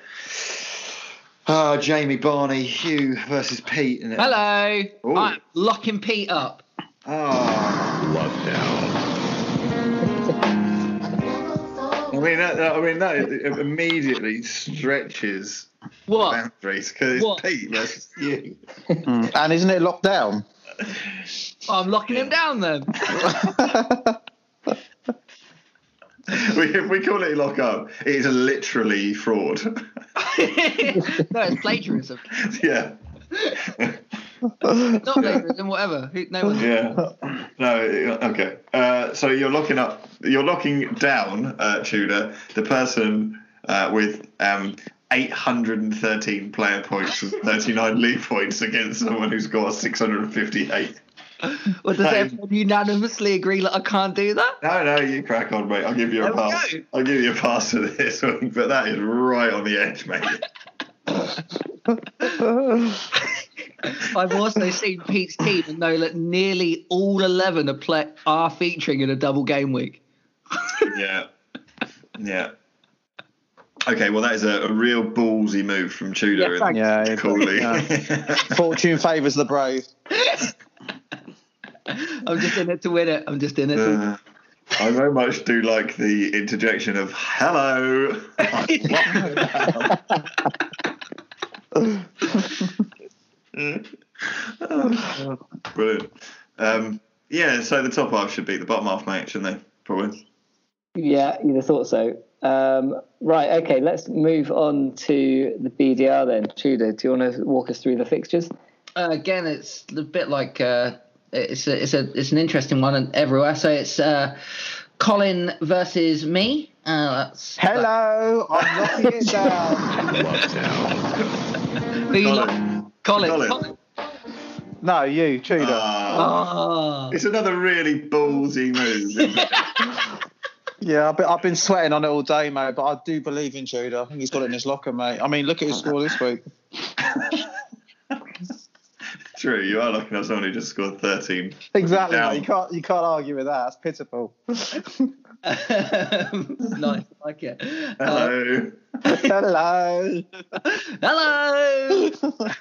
uh, Jamie, Barney, Hugh versus Pete. And Hello. Ooh. I'm locking Pete up. Oh, love I mean, that, that- I mean, that it immediately stretches What? boundaries because it's What? Pete versus you. And isn't it locked down? Oh, I'm locking him down then. We, if we call it lock up, it is literally fraud. no, it's plagiarism. yeah, Not plagiarism, whatever. Who, no one. yeah. No, it- okay. Uh, so you're locking up, you're locking down, uh, Tudor, the person uh, with um, 813 player points and 39 league points against someone who's got 658. Or does everyone unanimously agree that I can't do that? No, no, you crack on, mate. I'll give you There a we pass. go. I'll give you a pass to this one, but that is right on the edge, mate. I've also seen Pete's team and know that nearly all 11 are, play- are featuring in a double game week. yeah. Yeah. Okay, well, that is a, a real ballsy move from Yeah, Tudor. and thanks. Yeah. it- Cooley. Fortune favours the brave. I'm just in it to win it. I'm just in it. To- Uh, I very much do like the interjection of "Hello." Brilliant. Um, yeah, so the top half should beat the bottom half, mate, shouldn't they? Probably. Yeah, you'd have thought so. Um, right. Okay. Let's move on to the BDR then. Tudor, do you want to walk us through the fixtures? uh, again, it's a bit like uh, it's a, it's a it's an interesting one everywhere. So it's uh, Colin versus me. Uh, that's, Hello, I'm locking it down. Who you like? Colin. Colin. Colin. No, you, Tudor. Ah, Oh. it's another really ballsy move. isn't it? Yeah, I've been, I've been sweating on it all day, mate. But I do believe in Tudor. I think he's got it in his locker, mate. I mean, look at his score this week. True, you are looking at someone who just scored 13. Exactly. Down. Mate. You can't you can't argue with that. That's pitiful. nice, I like it. Uh, Hello. Hello.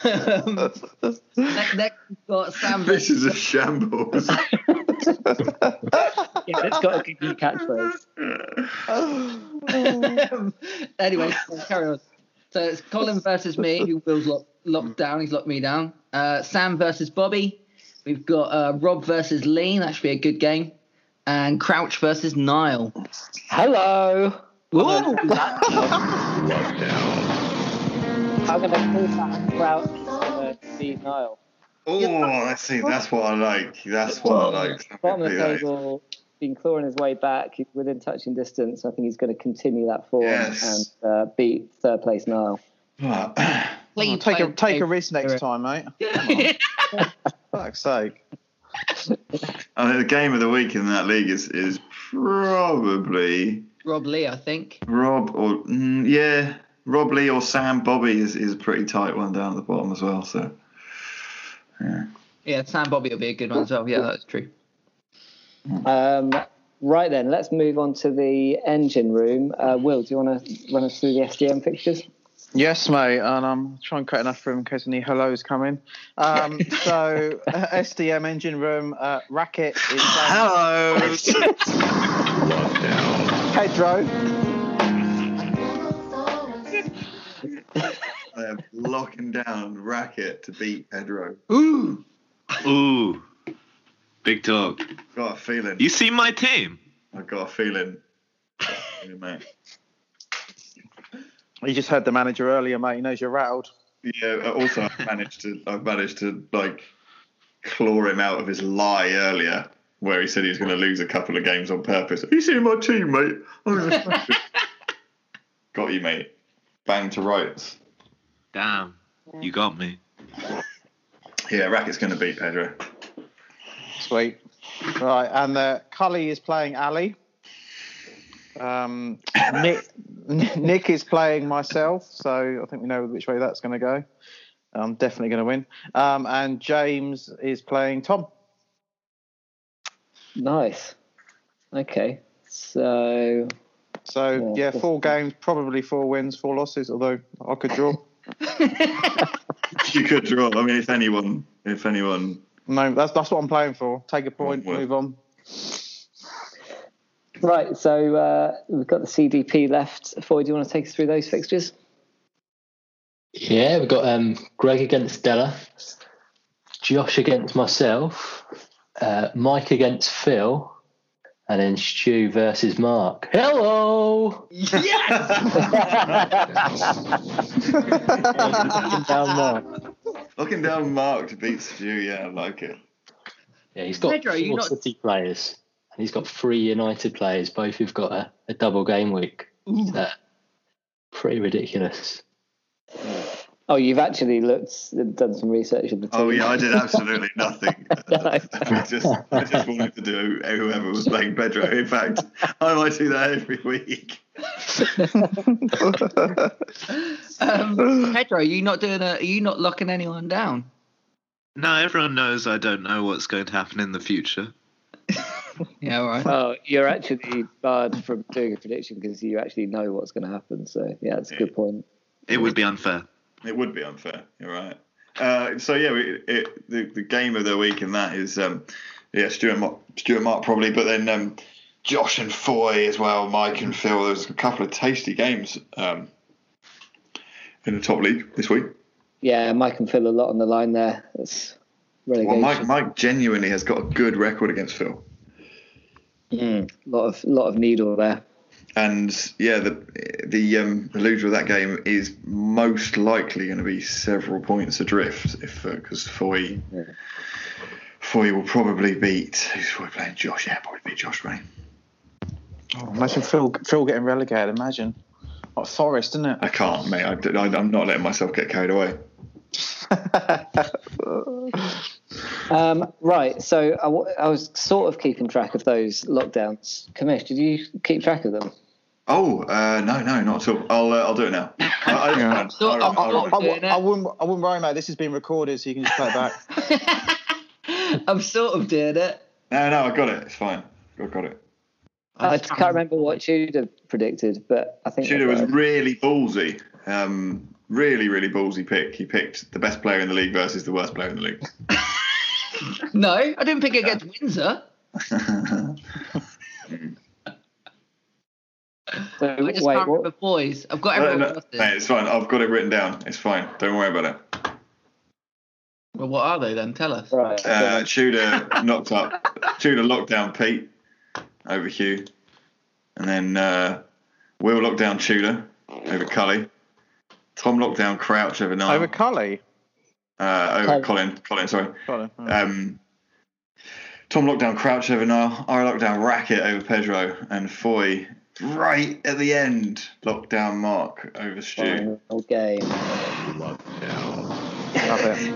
hello. um, next, next we've got Sam. this is a shambles. Yeah, it's got a good new catchphrase. Um, anyway, so carry on. So it's Colin versus me, who Will's locked, locked down. He's locked me down. Uh, Sam versus Bobby. We've got uh, Rob versus Lee. That should be a good game. And Crouch versus Niall. Hello. Whoa! I'm going to pull that crowd uh, Steve Nile. Oh, I see. That's what I like. That's what I like. Bottom of the That is- table, been clawing his way back. He's within touching distance. I think he's going to continue that form Yes. and uh, beat third place Nile. Right. Please take a don't take a go- risk next time, mate. Fuck's sake. I mean, the game of the week in that league is is probably Rob Lee, I think. Rob or mm, yeah, Rob Lee or Sam Bobby is, is a pretty tight one down at the bottom as well. So Yeah, Sam Bobby will be a good one as well. Yeah, that's true. Um, right then, let's move on to the engine room. Uh, Will, do you want to run us through the SDM fixtures? Yes, mate, and I'm trying to cut enough room in case any hellos come in. Um, so, uh, SDM engine room, uh, Racket is playing hello. Pedro. They're locking down racket to beat Pedro. Ooh, Ooh, big talk. Got a feeling. You see my team? I got a feeling. Got a feeling, mate. You just heard the manager earlier, mate. He knows you're rattled. Yeah. uh, Also, I've managed to I've managed to like claw him out of his lie earlier, where he said he was going to lose a couple of games on purpose. Have you seen my team, mate? I'm gonna smash you." got you, mate. Bang to rights. Damn, you got me. Yeah, racket's going to beat Pedro. Sweet. Right, and uh, Cully is playing Ali. Um, Nick, Nick is playing myself, so I think we know which way that's going to go. I'm definitely going to win. Um, and James is playing Tom. Nice. Okay. So So Yeah. yeah, four games, probably four wins, four losses. Although I could draw. You could draw. I mean, if anyone, if anyone, No, that's that's what I'm playing for. Take a point, Well. move on. right, so uh, we've got the CDP left. Foy, do you want to take us through those fixtures? Yeah, we've got um, Greg against Della, Josh against myself, uh, Mike against Phil, and then Stu versus Mark. Hello! Looking down Mark. looking down Mark to beat Stu, yeah, I like it. Yeah, he's got Pedro, are you four not- City players, and he's got three United players, both who've got a, a double game week. Uh, pretty ridiculous. Oh, you've actually looked, done some research of the team. Oh yeah, I did absolutely nothing. No. I just, I just wanted to do whoever was playing Pedro. In fact, I might do that every week. um, Pedro, are you not doing a? Are you not locking anyone down? No, everyone knows I don't know what's going to happen in the future. Yeah, all right. Well, you're actually barred from doing a prediction because you actually know what's going to happen. So yeah, that's a good point. It would be unfair. It would be unfair. You're right. Uh, so yeah, we, it, the, the game of the week in that is um, yeah Stuart Mark, Stuart Mark probably, but then um, Josh and Foy as well, Mike and Phil. There's a couple of tasty games um, in the top league this week. Yeah, Mike and Phil a lot on the line there. That's Well, relegation. Mike Mike genuinely has got a good record against Phil. Mm, lot of lot of needle there. And yeah, the the um, the loser of that game is most likely going to be several points adrift, if because Foy Foy will probably beat who's Foy playing Josh? Yeah, probably beat Josh Rain. Oh, imagine Phil Phil getting relegated. Imagine. Like Forest, isn't it? I can't, mate. I, d- I, am not letting myself get carried away. Um, right, so I, w- I was sort of keeping track of those lockdowns. Kamish, did you keep track of them? Oh uh, no, no, not at all. I'll uh, I'll do it now. I, I, don't mind. So, I'll- I'll- I'll- I, I, Doing it. I wouldn't. I wouldn't worry, mate. This is being recorded, so you can just play it back. I'm sort of doing it. no, no, I got it. It's fine. I got it. I just can't remember what Tudor predicted, but I think Tudor was that's right. really ballsy. Um, really, really ballsy pick. He picked the best player in the league versus the worst player in the league. No, I didn't pick against Windsor. So, I just wait, can't what- remember boys. I've got No, everyone no, else's. mate, it's fine. I've got it written down. It's fine. Don't worry about it. Uh, Well, what are they then? Tell us. right, Uh, Tudor knocked up. Tudor locked down Pete over Hugh, and then uh, Will locked down Tudor over Cully. Tom locked down Crouch over Nile. Over Cully. uh, over Cully. Colin. Colin, sorry. Colin. Oh. Um, Tom locked down Crouch over Nile. I locked down Racket over Pedro. And Foy, right at the end, locked down Mark over Stu. Final game. Love it.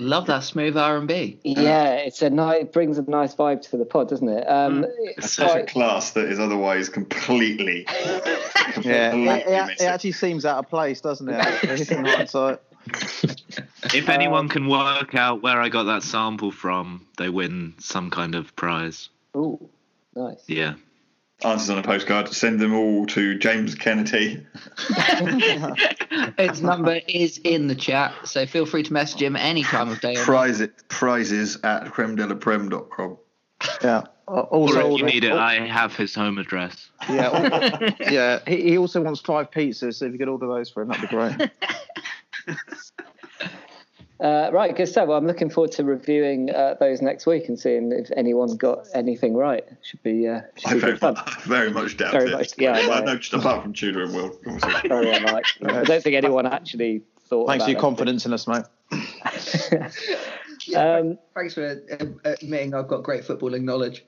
Love that smooth R&B. Yeah, it's a nice, it brings a nice vibe to the pod, doesn't it? Um, Mm. It's such a class that is otherwise completely. completely Yeah, it, it- it missing. actually seems out of place, doesn't it? In hindsight. If anyone can work out where I got that sample from, they win some kind of prize. Ooh, nice. Yeah. Answers on a postcard. Send them all to James Kennedy. Its number is in the chat, so feel free to message him any time of day. or night. Prize prizes at cremdelaprem.com. yeah. Uh, Or Also, if you need it, I have his home address. yeah, al- yeah. He, he also wants five pizzas, so if you could order those for him, that'd be great. Uh, right, good stuff. Well, I'm looking forward to reviewing uh, those next week and seeing if anyone got anything right. Should be, uh, should I be very, good fun. I very much doubt Very it. much, yeah, I Well, know. no, just apart from Tudor and Will. obviously. Very unlikely. I don't think anyone actually thought. Thanks for your about confidence in us, mate. that. Um, Thanks for uh, admitting I've got great footballing knowledge.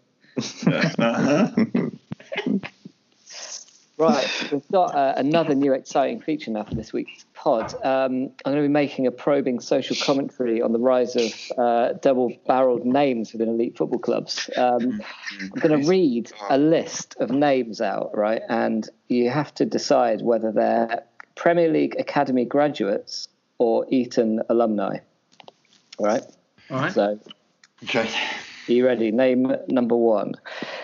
Yeah. Uh-huh. right, we've got uh, another new exciting feature now for this week's pod. Um, I'm going to be making a probing social commentary on the rise of uh, double-barreled names within elite football clubs. Um, I'm going to read a list of names out, right, and you have to decide whether they're Premier League academy graduates or Eton alumni. All right, All right. so. Okay. Are you ready? Name number one.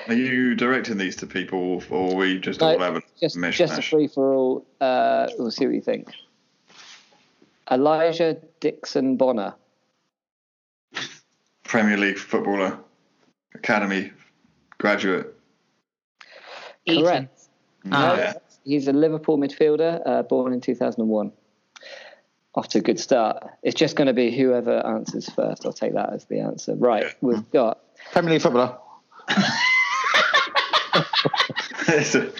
Are you directing these to people, or are we just all have a just, mishmash? just a free for all. Uh, we'll see what you think. Elijah Dixon Bonner. Premier League footballer, academy graduate. Eton. Correct. Ah. Yeah. He's a Liverpool midfielder, uh, born in 2001. Off to a good start. It's just going to be whoever answers first. I'll take that as the answer. Right, we've got Premier League footballer. It's a- No,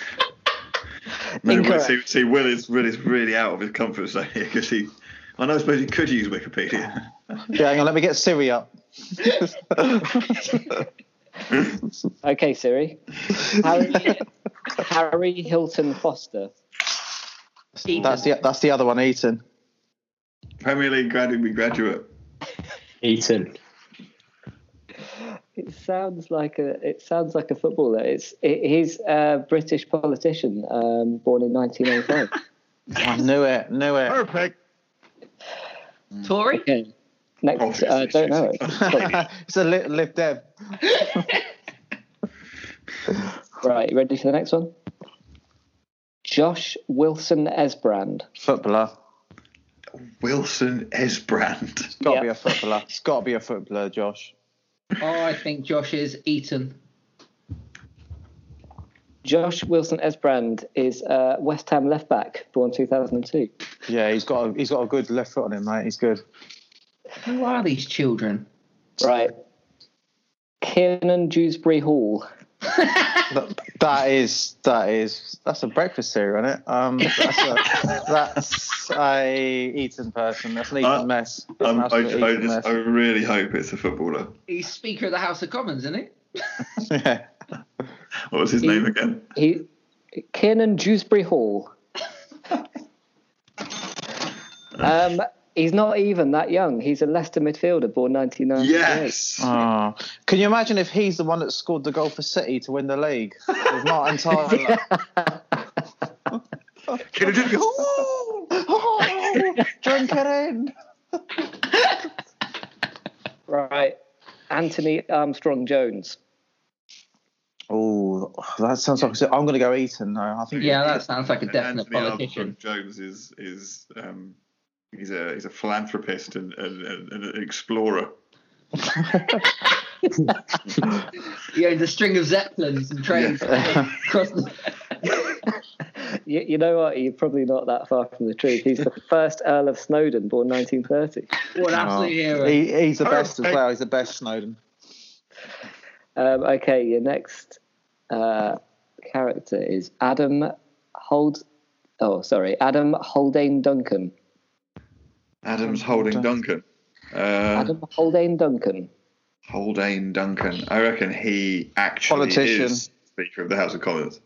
but Incorrect. see, see, Will is Will is really out of his comfort zone here because he. I know. I suppose he could use Wikipedia. Yeah, hang on, let me get Siri up. okay, Siri. Harry, Harry Hilton Foster. That's the that's the other one, Eaton. Premier League graduate, graduate. Eaton. It sounds like a it sounds like a footballer. It's it, he's a British politician, um, born in 1905. I knew it, knew it. Perfect. Tory? Okay. Next, Obviously, I don't know. it's a li- Lib Dev. Right, you ready for the next one? Josh Wilson Esbrand. Footballer. Wilson Esbrand. It's got to be Yeah. a footballer. It's got to be a footballer, Josh. I think Josh is Eton. Josh Wilson Esbrand is uh, West Ham left back, born 2002. Yeah, he's got a, he's got a good left foot on him, mate. He's good. Who are these children? Right. Kiernan Dewsbury Hall. That, that is that is that's a breakfast cereal, isn't it? Um, that's a, that's a Eton person. That's an Eton Uh, mess. That's Um, an I, I, absolute Eton just, I mess. really hope it's a footballer. He's Speaker of the House of Commons, isn't it? Yeah. What was his name again? He, Kiernan Dewsbury Hall. um, he's not even that young. He's a Leicester midfielder, born 1998. Yes. Oh. Can you imagine if he's the one that scored the goal for City to win the league? It's not entirely. Can it do- oh, drink it in. Right. Anthony Armstrong Jones. Oh, that sounds like I'm going to go Eton. though. I think Yeah, that sounds like a And definite Anthony politician. Armstrong Jones is is um, he's a he's a philanthropist and, and, and, and an explorer. He owns a string of Zeppelins and trains across the. You, you know what? You're probably not that far from the truth. He's the first Earl of Snowdon, born 1930. What an Oh. absolute hero. He, he's the best as well. He's the best Snowden. Um, okay, your next uh, character is Adam Hold. Oh, sorry, Adam Haldane Duncan. Adam's holding Duncan. Uh, Hmm. Adam Haldane Duncan. Haldane Duncan. I reckon he actually Politician. is Speaker of the House of Commons.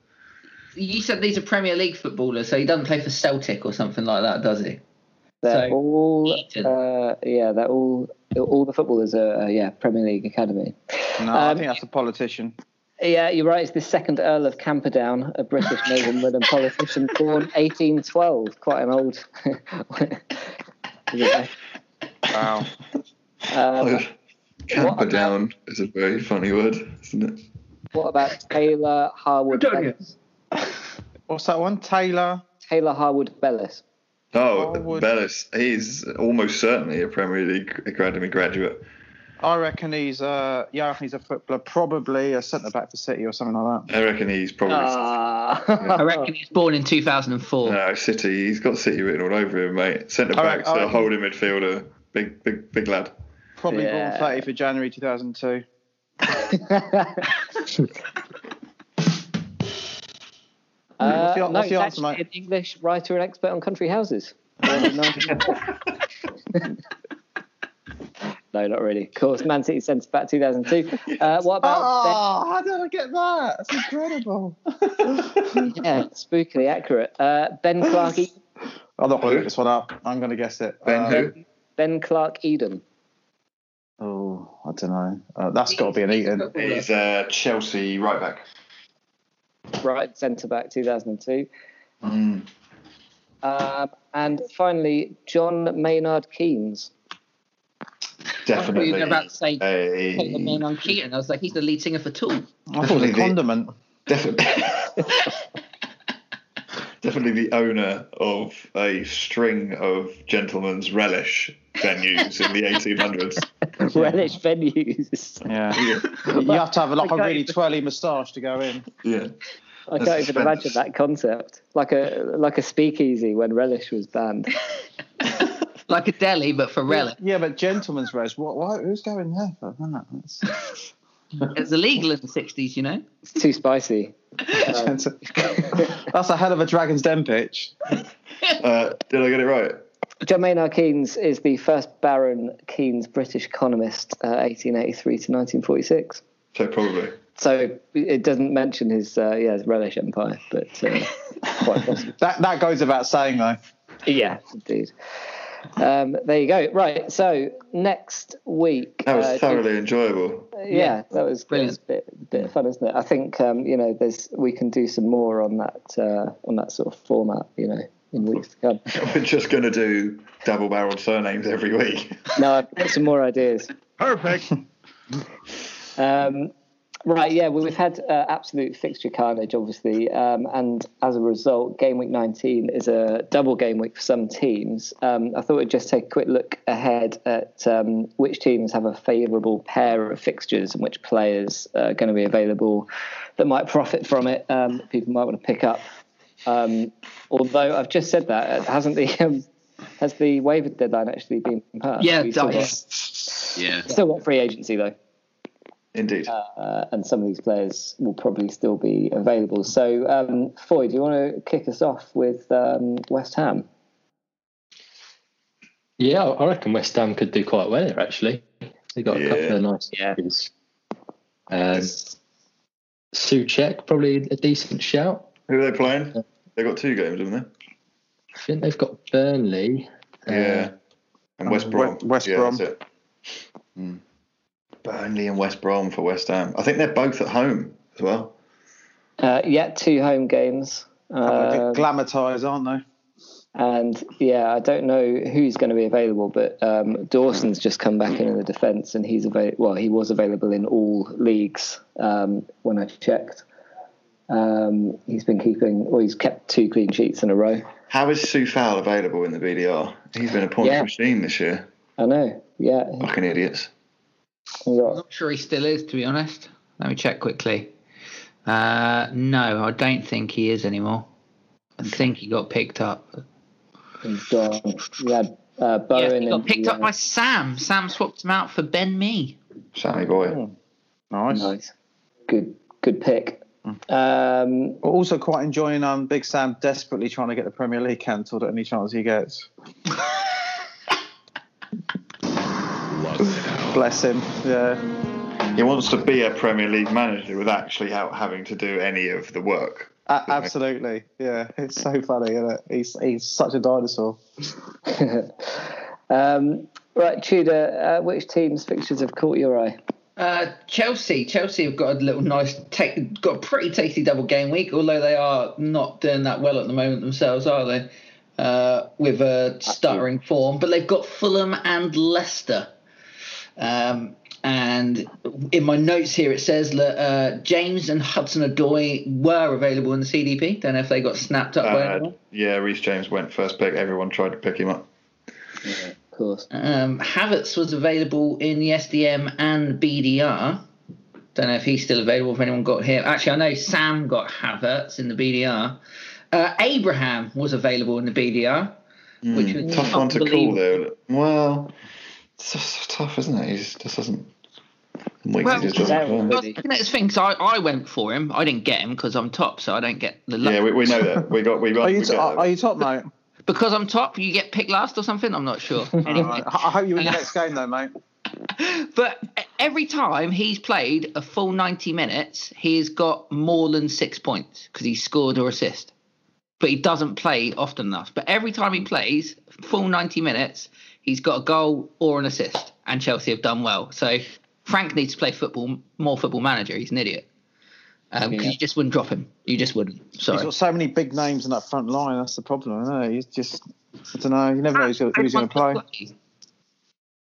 You said these are Premier League footballers, so he doesn't play for Celtic or something like that, does he? They're So, all, Eton. uh, yeah, they're all, all the footballers are, uh, yeah, Premier League Academy. No, I Um, think that's a politician. Yeah, you're right. It's the second Earl of Camperdown, a British nobleman and politician born 1812. Quite an old. Yeah. Wow. Um, Oh, Camperdown is a very funny word, isn't it? what about Taylor Harwood? Antonio. Bellis? What's that one? Taylor. Taylor Harwood Bellis. Oh, Harwood. Bellis. He's almost certainly a Premier League Academy graduate. I reckon he's uh yeah, I think he's a footballer, probably a centre back for City or something like that. I reckon he's probably I Ah. reckon he was born in 2004. no uh, City. He's got City written all over him, mate. Centre All right, back, all so right. holding midfielder, big, big, big lad. Probably Yeah. born 30th of January 2002. Uh, What's the- Uh, no, what's the he's answer, actually mate? An English writer and expert on country houses. Oh, no, not really. Of course, Man City centre back 2002. Uh, what about? Oh, how did I get that? That's incredible. ben, yeah, spookily accurate. Uh, ben Clark. E- I'm not going to look this one up. I'm going to guess it. Uh, Ben Um, who? Ben Clark Eden. Oh, I don't know. Uh, that's got to be an Eaton. He's uh, Chelsea right back. right centre back 2002. Mm. Um, and finally, John Maynard Keynes. I thought Definitely. you were about to say a- Take the man on Keaton. I was like, he's the lead singer for Tool. I thought it was a Definitely the- condiment. definitely, definitely the owner of a string of gentlemen's relish venues in the 1800s. Relish venues. Yeah. Yeah, You have to have like a Okay. really twirly moustache to go in. yeah. I The can't even suspense. imagine that concept. Like a like a speakeasy when Relish was banned. Like a deli, but for Relic. Yeah, but gentleman's rest. What? Why? Who's going there for that? That's- It's illegal in the 60s, you know? It's too spicy. That's a hell of a Dragon's Den pitch. Uh, did I get it right? John Maynard Keynes is the first Baron Keynes British economist, uh, 1883 to 1946. So probably. So it doesn't mention his uh, yeah his Relish empire, but uh, quite possible. That that goes about saying though. Yeah, indeed. Um, there you go. Right. So next week. That was uh, thoroughly enjoyable. yeah, that was, that was Brilliant. a bit, bit of fun, isn't it? I think um, you know, there's we can do some more on that uh, on that sort of format, you know, in weeks to come. We're just going to do double barreled surnames every week. No, I've got some more ideas. Perfect. Um, right, yeah, well, we've had uh, absolute fixture carnage, obviously, um, and as a result, game week 19 is a double game week for some teams. Um, I thought we'd just take a quick look ahead at um, which teams have a favourable pair of fixtures and which players are going to be available that might profit from it, um, that people might want to pick up. Um, although I've just said that, hasn't the um, has the waiver deadline actually been passed? Yeah, We still that- got- Yeah. still got free agency though Indeed. uh, and some of these players will probably still be available. So, um, Foy, do you want to kick us off with um, West Ham? Yeah, I reckon West Ham could do quite well here, actually. They got a couple Yeah. of nice Yeah. players. Um, Suchek, probably a decent shout. Who are they playing? They've got two games, haven't I think they've got Burnley. they? yeah. And West Um, Brom. West- West yeah, Brom. Hmm. that's it. Mm. Burnley and West Brom for West Ham. I think they're both at home as well. Uh, yeah, two home games. Uh, Um, Glamatise, aren't they? and yeah, I don't know who's going to be available, but um, Dawson's just come back in in the defence, and he's available. Well, he was available in all leagues um, when I checked. Um, he's been keeping, or he's kept two clean sheets in a row. How is Sue Fowl available in the BDR? He's been a points Yeah. machine this year. I know. Yeah, Fucking idiots. he I'm got not sure he still is, to be honest. Let me check quickly. Uh, no, I don't think he is anymore. I think he got picked up. he's gone. He had uh, Yeah, Bowen and he got picked yeah. up by Sam. Sam swapped him out for Ben Me. Sammy boy. Nice. Nice. Good good pick. Um, We're also quite enjoying um, Big Sam desperately trying to get the Premier League cancelled at any chance he gets. Bless him. Yeah. He wants to be a Premier League manager without actually ha- having to do any of the work. A- absolutely. Yeah. It's so funny, isn't it? He's, he's such a dinosaur. um, right, Tudor, uh, which team's fixtures have caught your eye? Uh, Chelsea, Chelsea have got a little nice, ta got a pretty tasty double game week. Although they are not doing that well at the moment themselves, are they? Uh, with a stuttering form, but they've got Fulham and Leicester. Um, and in my notes here, it says that uh, James and Hudson Odoi were available in the CDP. Don't know if they got snapped up. by Uh, anyone. yeah, Reece James went first pick. Everyone tried to pick him up. Of course. Um, Havertz was available in the SDM and BDR. Don't know if he's still available. If anyone got him, actually, I know Sam got Havertz in the BDR. Uh, Abraham was available in the BDR, which was Hmm. Tough one to call, unbelievable. though. Well, it's just tough, isn't it? He just, just doesn't. Weak, Well, he just doesn't yeah, play. Well, looking at his things, I, I went for him. I didn't get him because I'm top, so I don't get the luck. yeah, we, we know that. We got. We got. Are We you, get t- are, that. are you top, mate? because I'm top, you get picked last or something. I'm not sure. All right. I I hope you win the next game, though, mate. but every time he's played a full 90 minutes, he's got more than six points because he scored or assist. But he doesn't play often enough. But every time he plays full 90 minutes, he's got a goal or an assist. And Chelsea have done well. So Frank needs to play football more football manager. He's an idiot. Because you just wouldn't drop him. You just wouldn't. He's Sorry. got so many big names in that front line. That's the problem, isn't it? He's just, I don't know. You never know who's, who's going to play.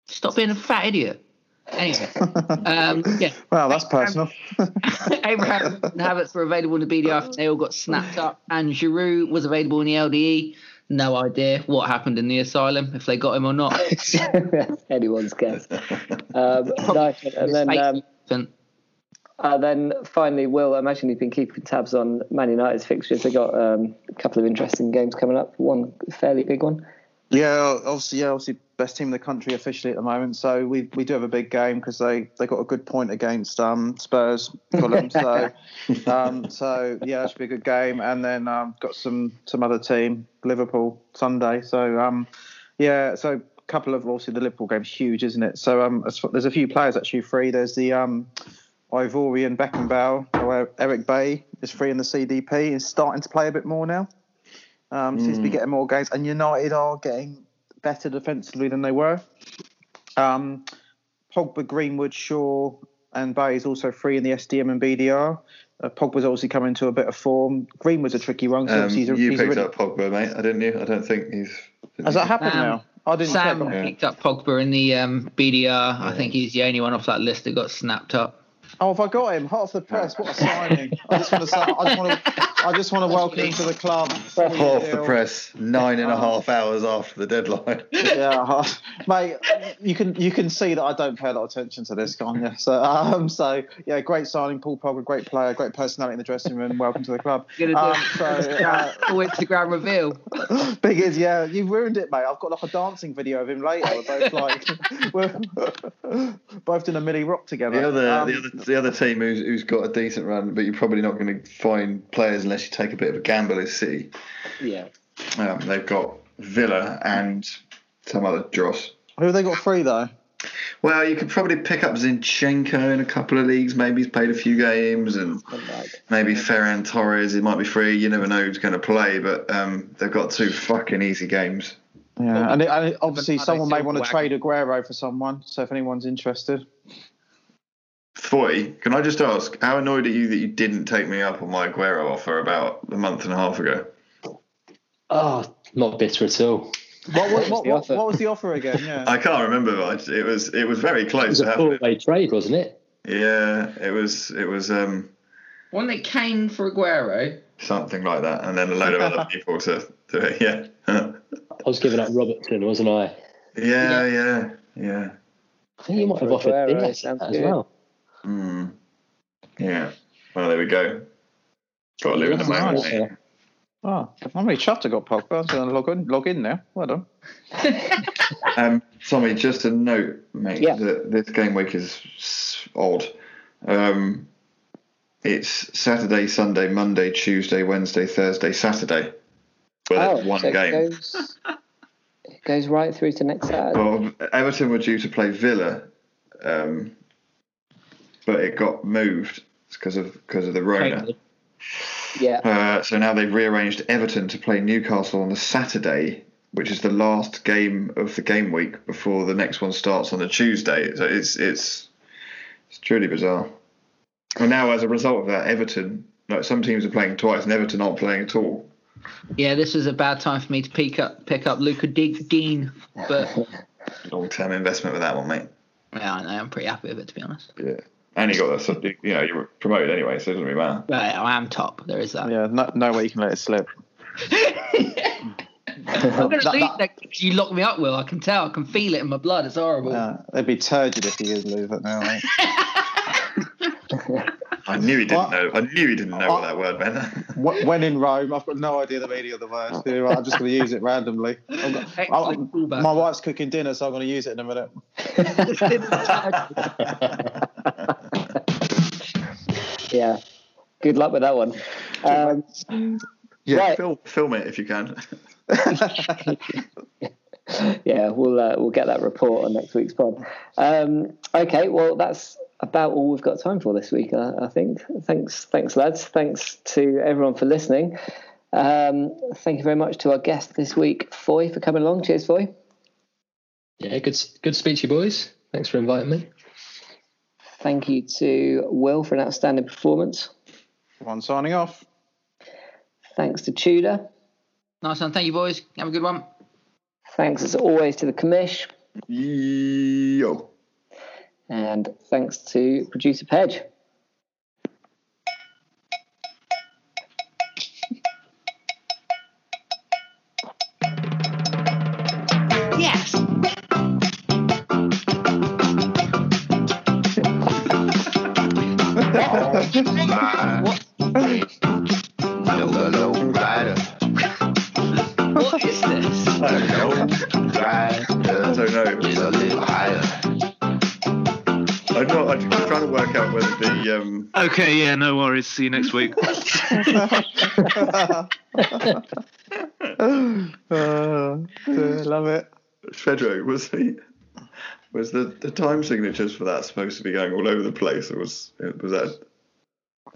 Stop being a fat idiot. Anyway. um, yeah. Well, that's personal. Abraham and Havertz were available in the BDF. They all got snapped up. And Giroud was available in the LDE. No idea what happened in the asylum, if they got him or not. Anyone's guess. Um, nice. one. And then, um, uh, then finally, Will, I imagine you've been keeping tabs on Man United's fixtures. They've got um, a couple of interesting games coming up, one fairly big one. Yeah, obviously, yeah, obviously, best team in the country officially at the moment. So we we do have a big game because they they got a good point against um, Spurs, Fulham. so um, so yeah, that should be a good game. And then um, got some some other team, Liverpool Sunday. So um, yeah, so a couple of obviously the Liverpool game's huge, isn't it? So um, as- there's a few players actually free. There's the um, Ivorian Beckenbauer, or Eric Bay is free in the CDP. Is starting to play a bit more now. Um, Seems Hmm. to be getting more games, and United are getting better defensively than they were. Um, Pogba, Greenwood, Shaw, and Bay is also free in the SDM and BDR. Uh, Pogba's obviously coming to a bit of form. Greenwood's a tricky one. 'cause Um, obviously he's a- you he's a picked really- up Pogba, mate. I didn't. You. I don't think he's. Has that happened Sam- now? I didn't check. Sam but- picked up Pogba in the um, BDR. I think he's the only one off that list that got snapped up. Oh, have I got him? Hot off the press. What a signing! I just want to say, I just want to, I just want to welcome him to the club. off the Deal. press nine and a half hours after the deadline. yeah, hard. mate. You can you can see that I don't pay a lot of attention to this, can't you? So um, so yeah, great signing, Paul Pogba, great player, great personality in the dressing room. Welcome to the club. Gonna do Um, it. so uh, Instagram reveal. big is yeah, you ruined it, mate. I've got like a dancing video of him later. We're both like we're both doing a Millie Rock together. The other, Um, the other, the other team who's, who's got a decent run, but you're probably not going to find players unless you take a bit of a gamble. Is City? Yeah. Um, they've got Villa and some other dross. Who have they got free though? Well, you could probably pick up Zinchenko in a couple of leagues. Maybe he's played a few games, and Like, maybe Ferran Torres. It might be free. You never know who's going to play, but um, they've got two fucking easy games. Yeah, and, it, and it- obviously Bernardo someone may Silva want to wagon. trade Aguero for someone. So if anyone's interested, Forty. Can I just ask, how annoyed are you that you didn't take me up on my Aguero offer about a month and a half ago? Oh, not bitter at all. what was, was what, the what, offer? what was the offer again? Yeah. I can't remember, but I- it was it was very It close. was a happened. four-way trade, wasn't it? Yeah, it was it was um One that came for Aguero. something like that, and then a load of other people to do it. Yeah, I was giving up Robertson, wasn't I? yeah, yeah, yeah. I think you might have offered Aguero, Diaz sounds that as good. well. Hmm. yeah. Well, there we go. Got to live in the That's moment. nice. mate. Oh, I'm really chuffed I got Pogba. I'm going to log in, log in now. Well done. Um, Tommy, just a note, mate. Yeah. That this game week is s- odd. Um, It's Saturday, Sunday, Monday, Tuesday, Wednesday, Thursday, Saturday. Where there's one Oh, so it game. Goes, it goes right through to next Saturday. Well, Everton were due to play Villa, um, but it got moved because of because of the Rona. yeah. Uh, so now they've rearranged Everton to play Newcastle on the Saturday, which is the last game of the game week before the next one starts on the Tuesday. So it's it's it's truly bizarre. And now, as a result of that, Everton like some teams are playing twice, and Everton aren't playing at all. Yeah, this was a bad time for me to pick up pick up Luca Dig Dean, but Long term investment with that one, mate. yeah, I know, I'm pretty happy with it to be honest. Yeah, and you got that. sub- You know, you were promoted anyway, so it doesn't really matter. But yeah, I am top. There is that. Yeah, no, no way you can let it slip. I'm gonna That- lose that- that 'cause you locked me up, Will. I can tell. I can feel it in my blood. It's horrible. Yeah, they'd Uh, be turgid if he did lose it now. Mate. I knew he didn't What? know. I knew he didn't know what What? that word meant. Wh- when in Rome, I've got no idea the meaning of the word. so I'm just going to use it randomly. I've got- Excellent I'll- callback. my wife's cooking dinner, so I'm going to use it in a minute. Yeah. Good luck with that one. Um, yeah, Right. film, film it if you can. yeah, we'll uh, we'll get that report on next week's pod. Um, okay, well that's about all we've got time for this week, I, I think. Thanks, thanks lads. Thanks to everyone for listening. Um, thank you very much to our guest this week, Foy, for coming along. Cheers, Foy. Yeah, good s- good to speak to you boys. Thanks for inviting me. Thank you to Will for an outstanding performance. One signing off. Thanks to Tudor. Nice one. Thank you, boys. Have a good one. Thanks as always to the commish, Yo. and thanks to producer Pedge. Yes. What? Number low rider. What is this? I don't know. a little higher. I'm not. I'm just trying to work out whether the um. Okay, yeah, no worries. See you next week. Oh, Uh, love it. Fedro was the was the, the time signatures for that supposed to be going all over the place? Or was was that?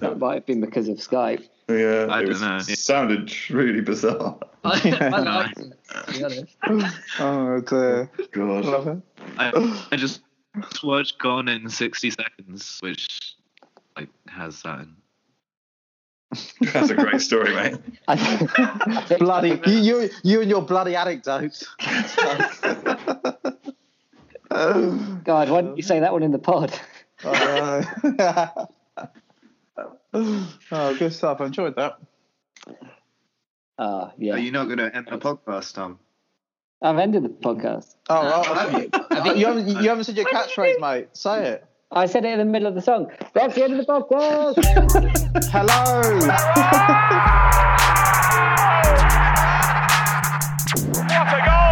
That might have been because of Skype. Yeah, I it don't was, know. Sounded truly bizarre. I, I liked it, to be honest. Oh dear, God. love it. I, I just watched Gone in 60 Seconds, which like has that. In. That's a great story, mate. I think- I think- Bloody you, you, you and your bloody anecdotes. God, why didn't you say that one in the pod? oh, good stuff. I enjoyed that. Ah, Are yeah. you not going to end the podcast, Tom? I've ended the podcast. Oh, right. you, haven't, you haven't said your catchphrase, mate. Say it. I said it in the middle of the song. That's the end of the podcast. Hello. What a goal!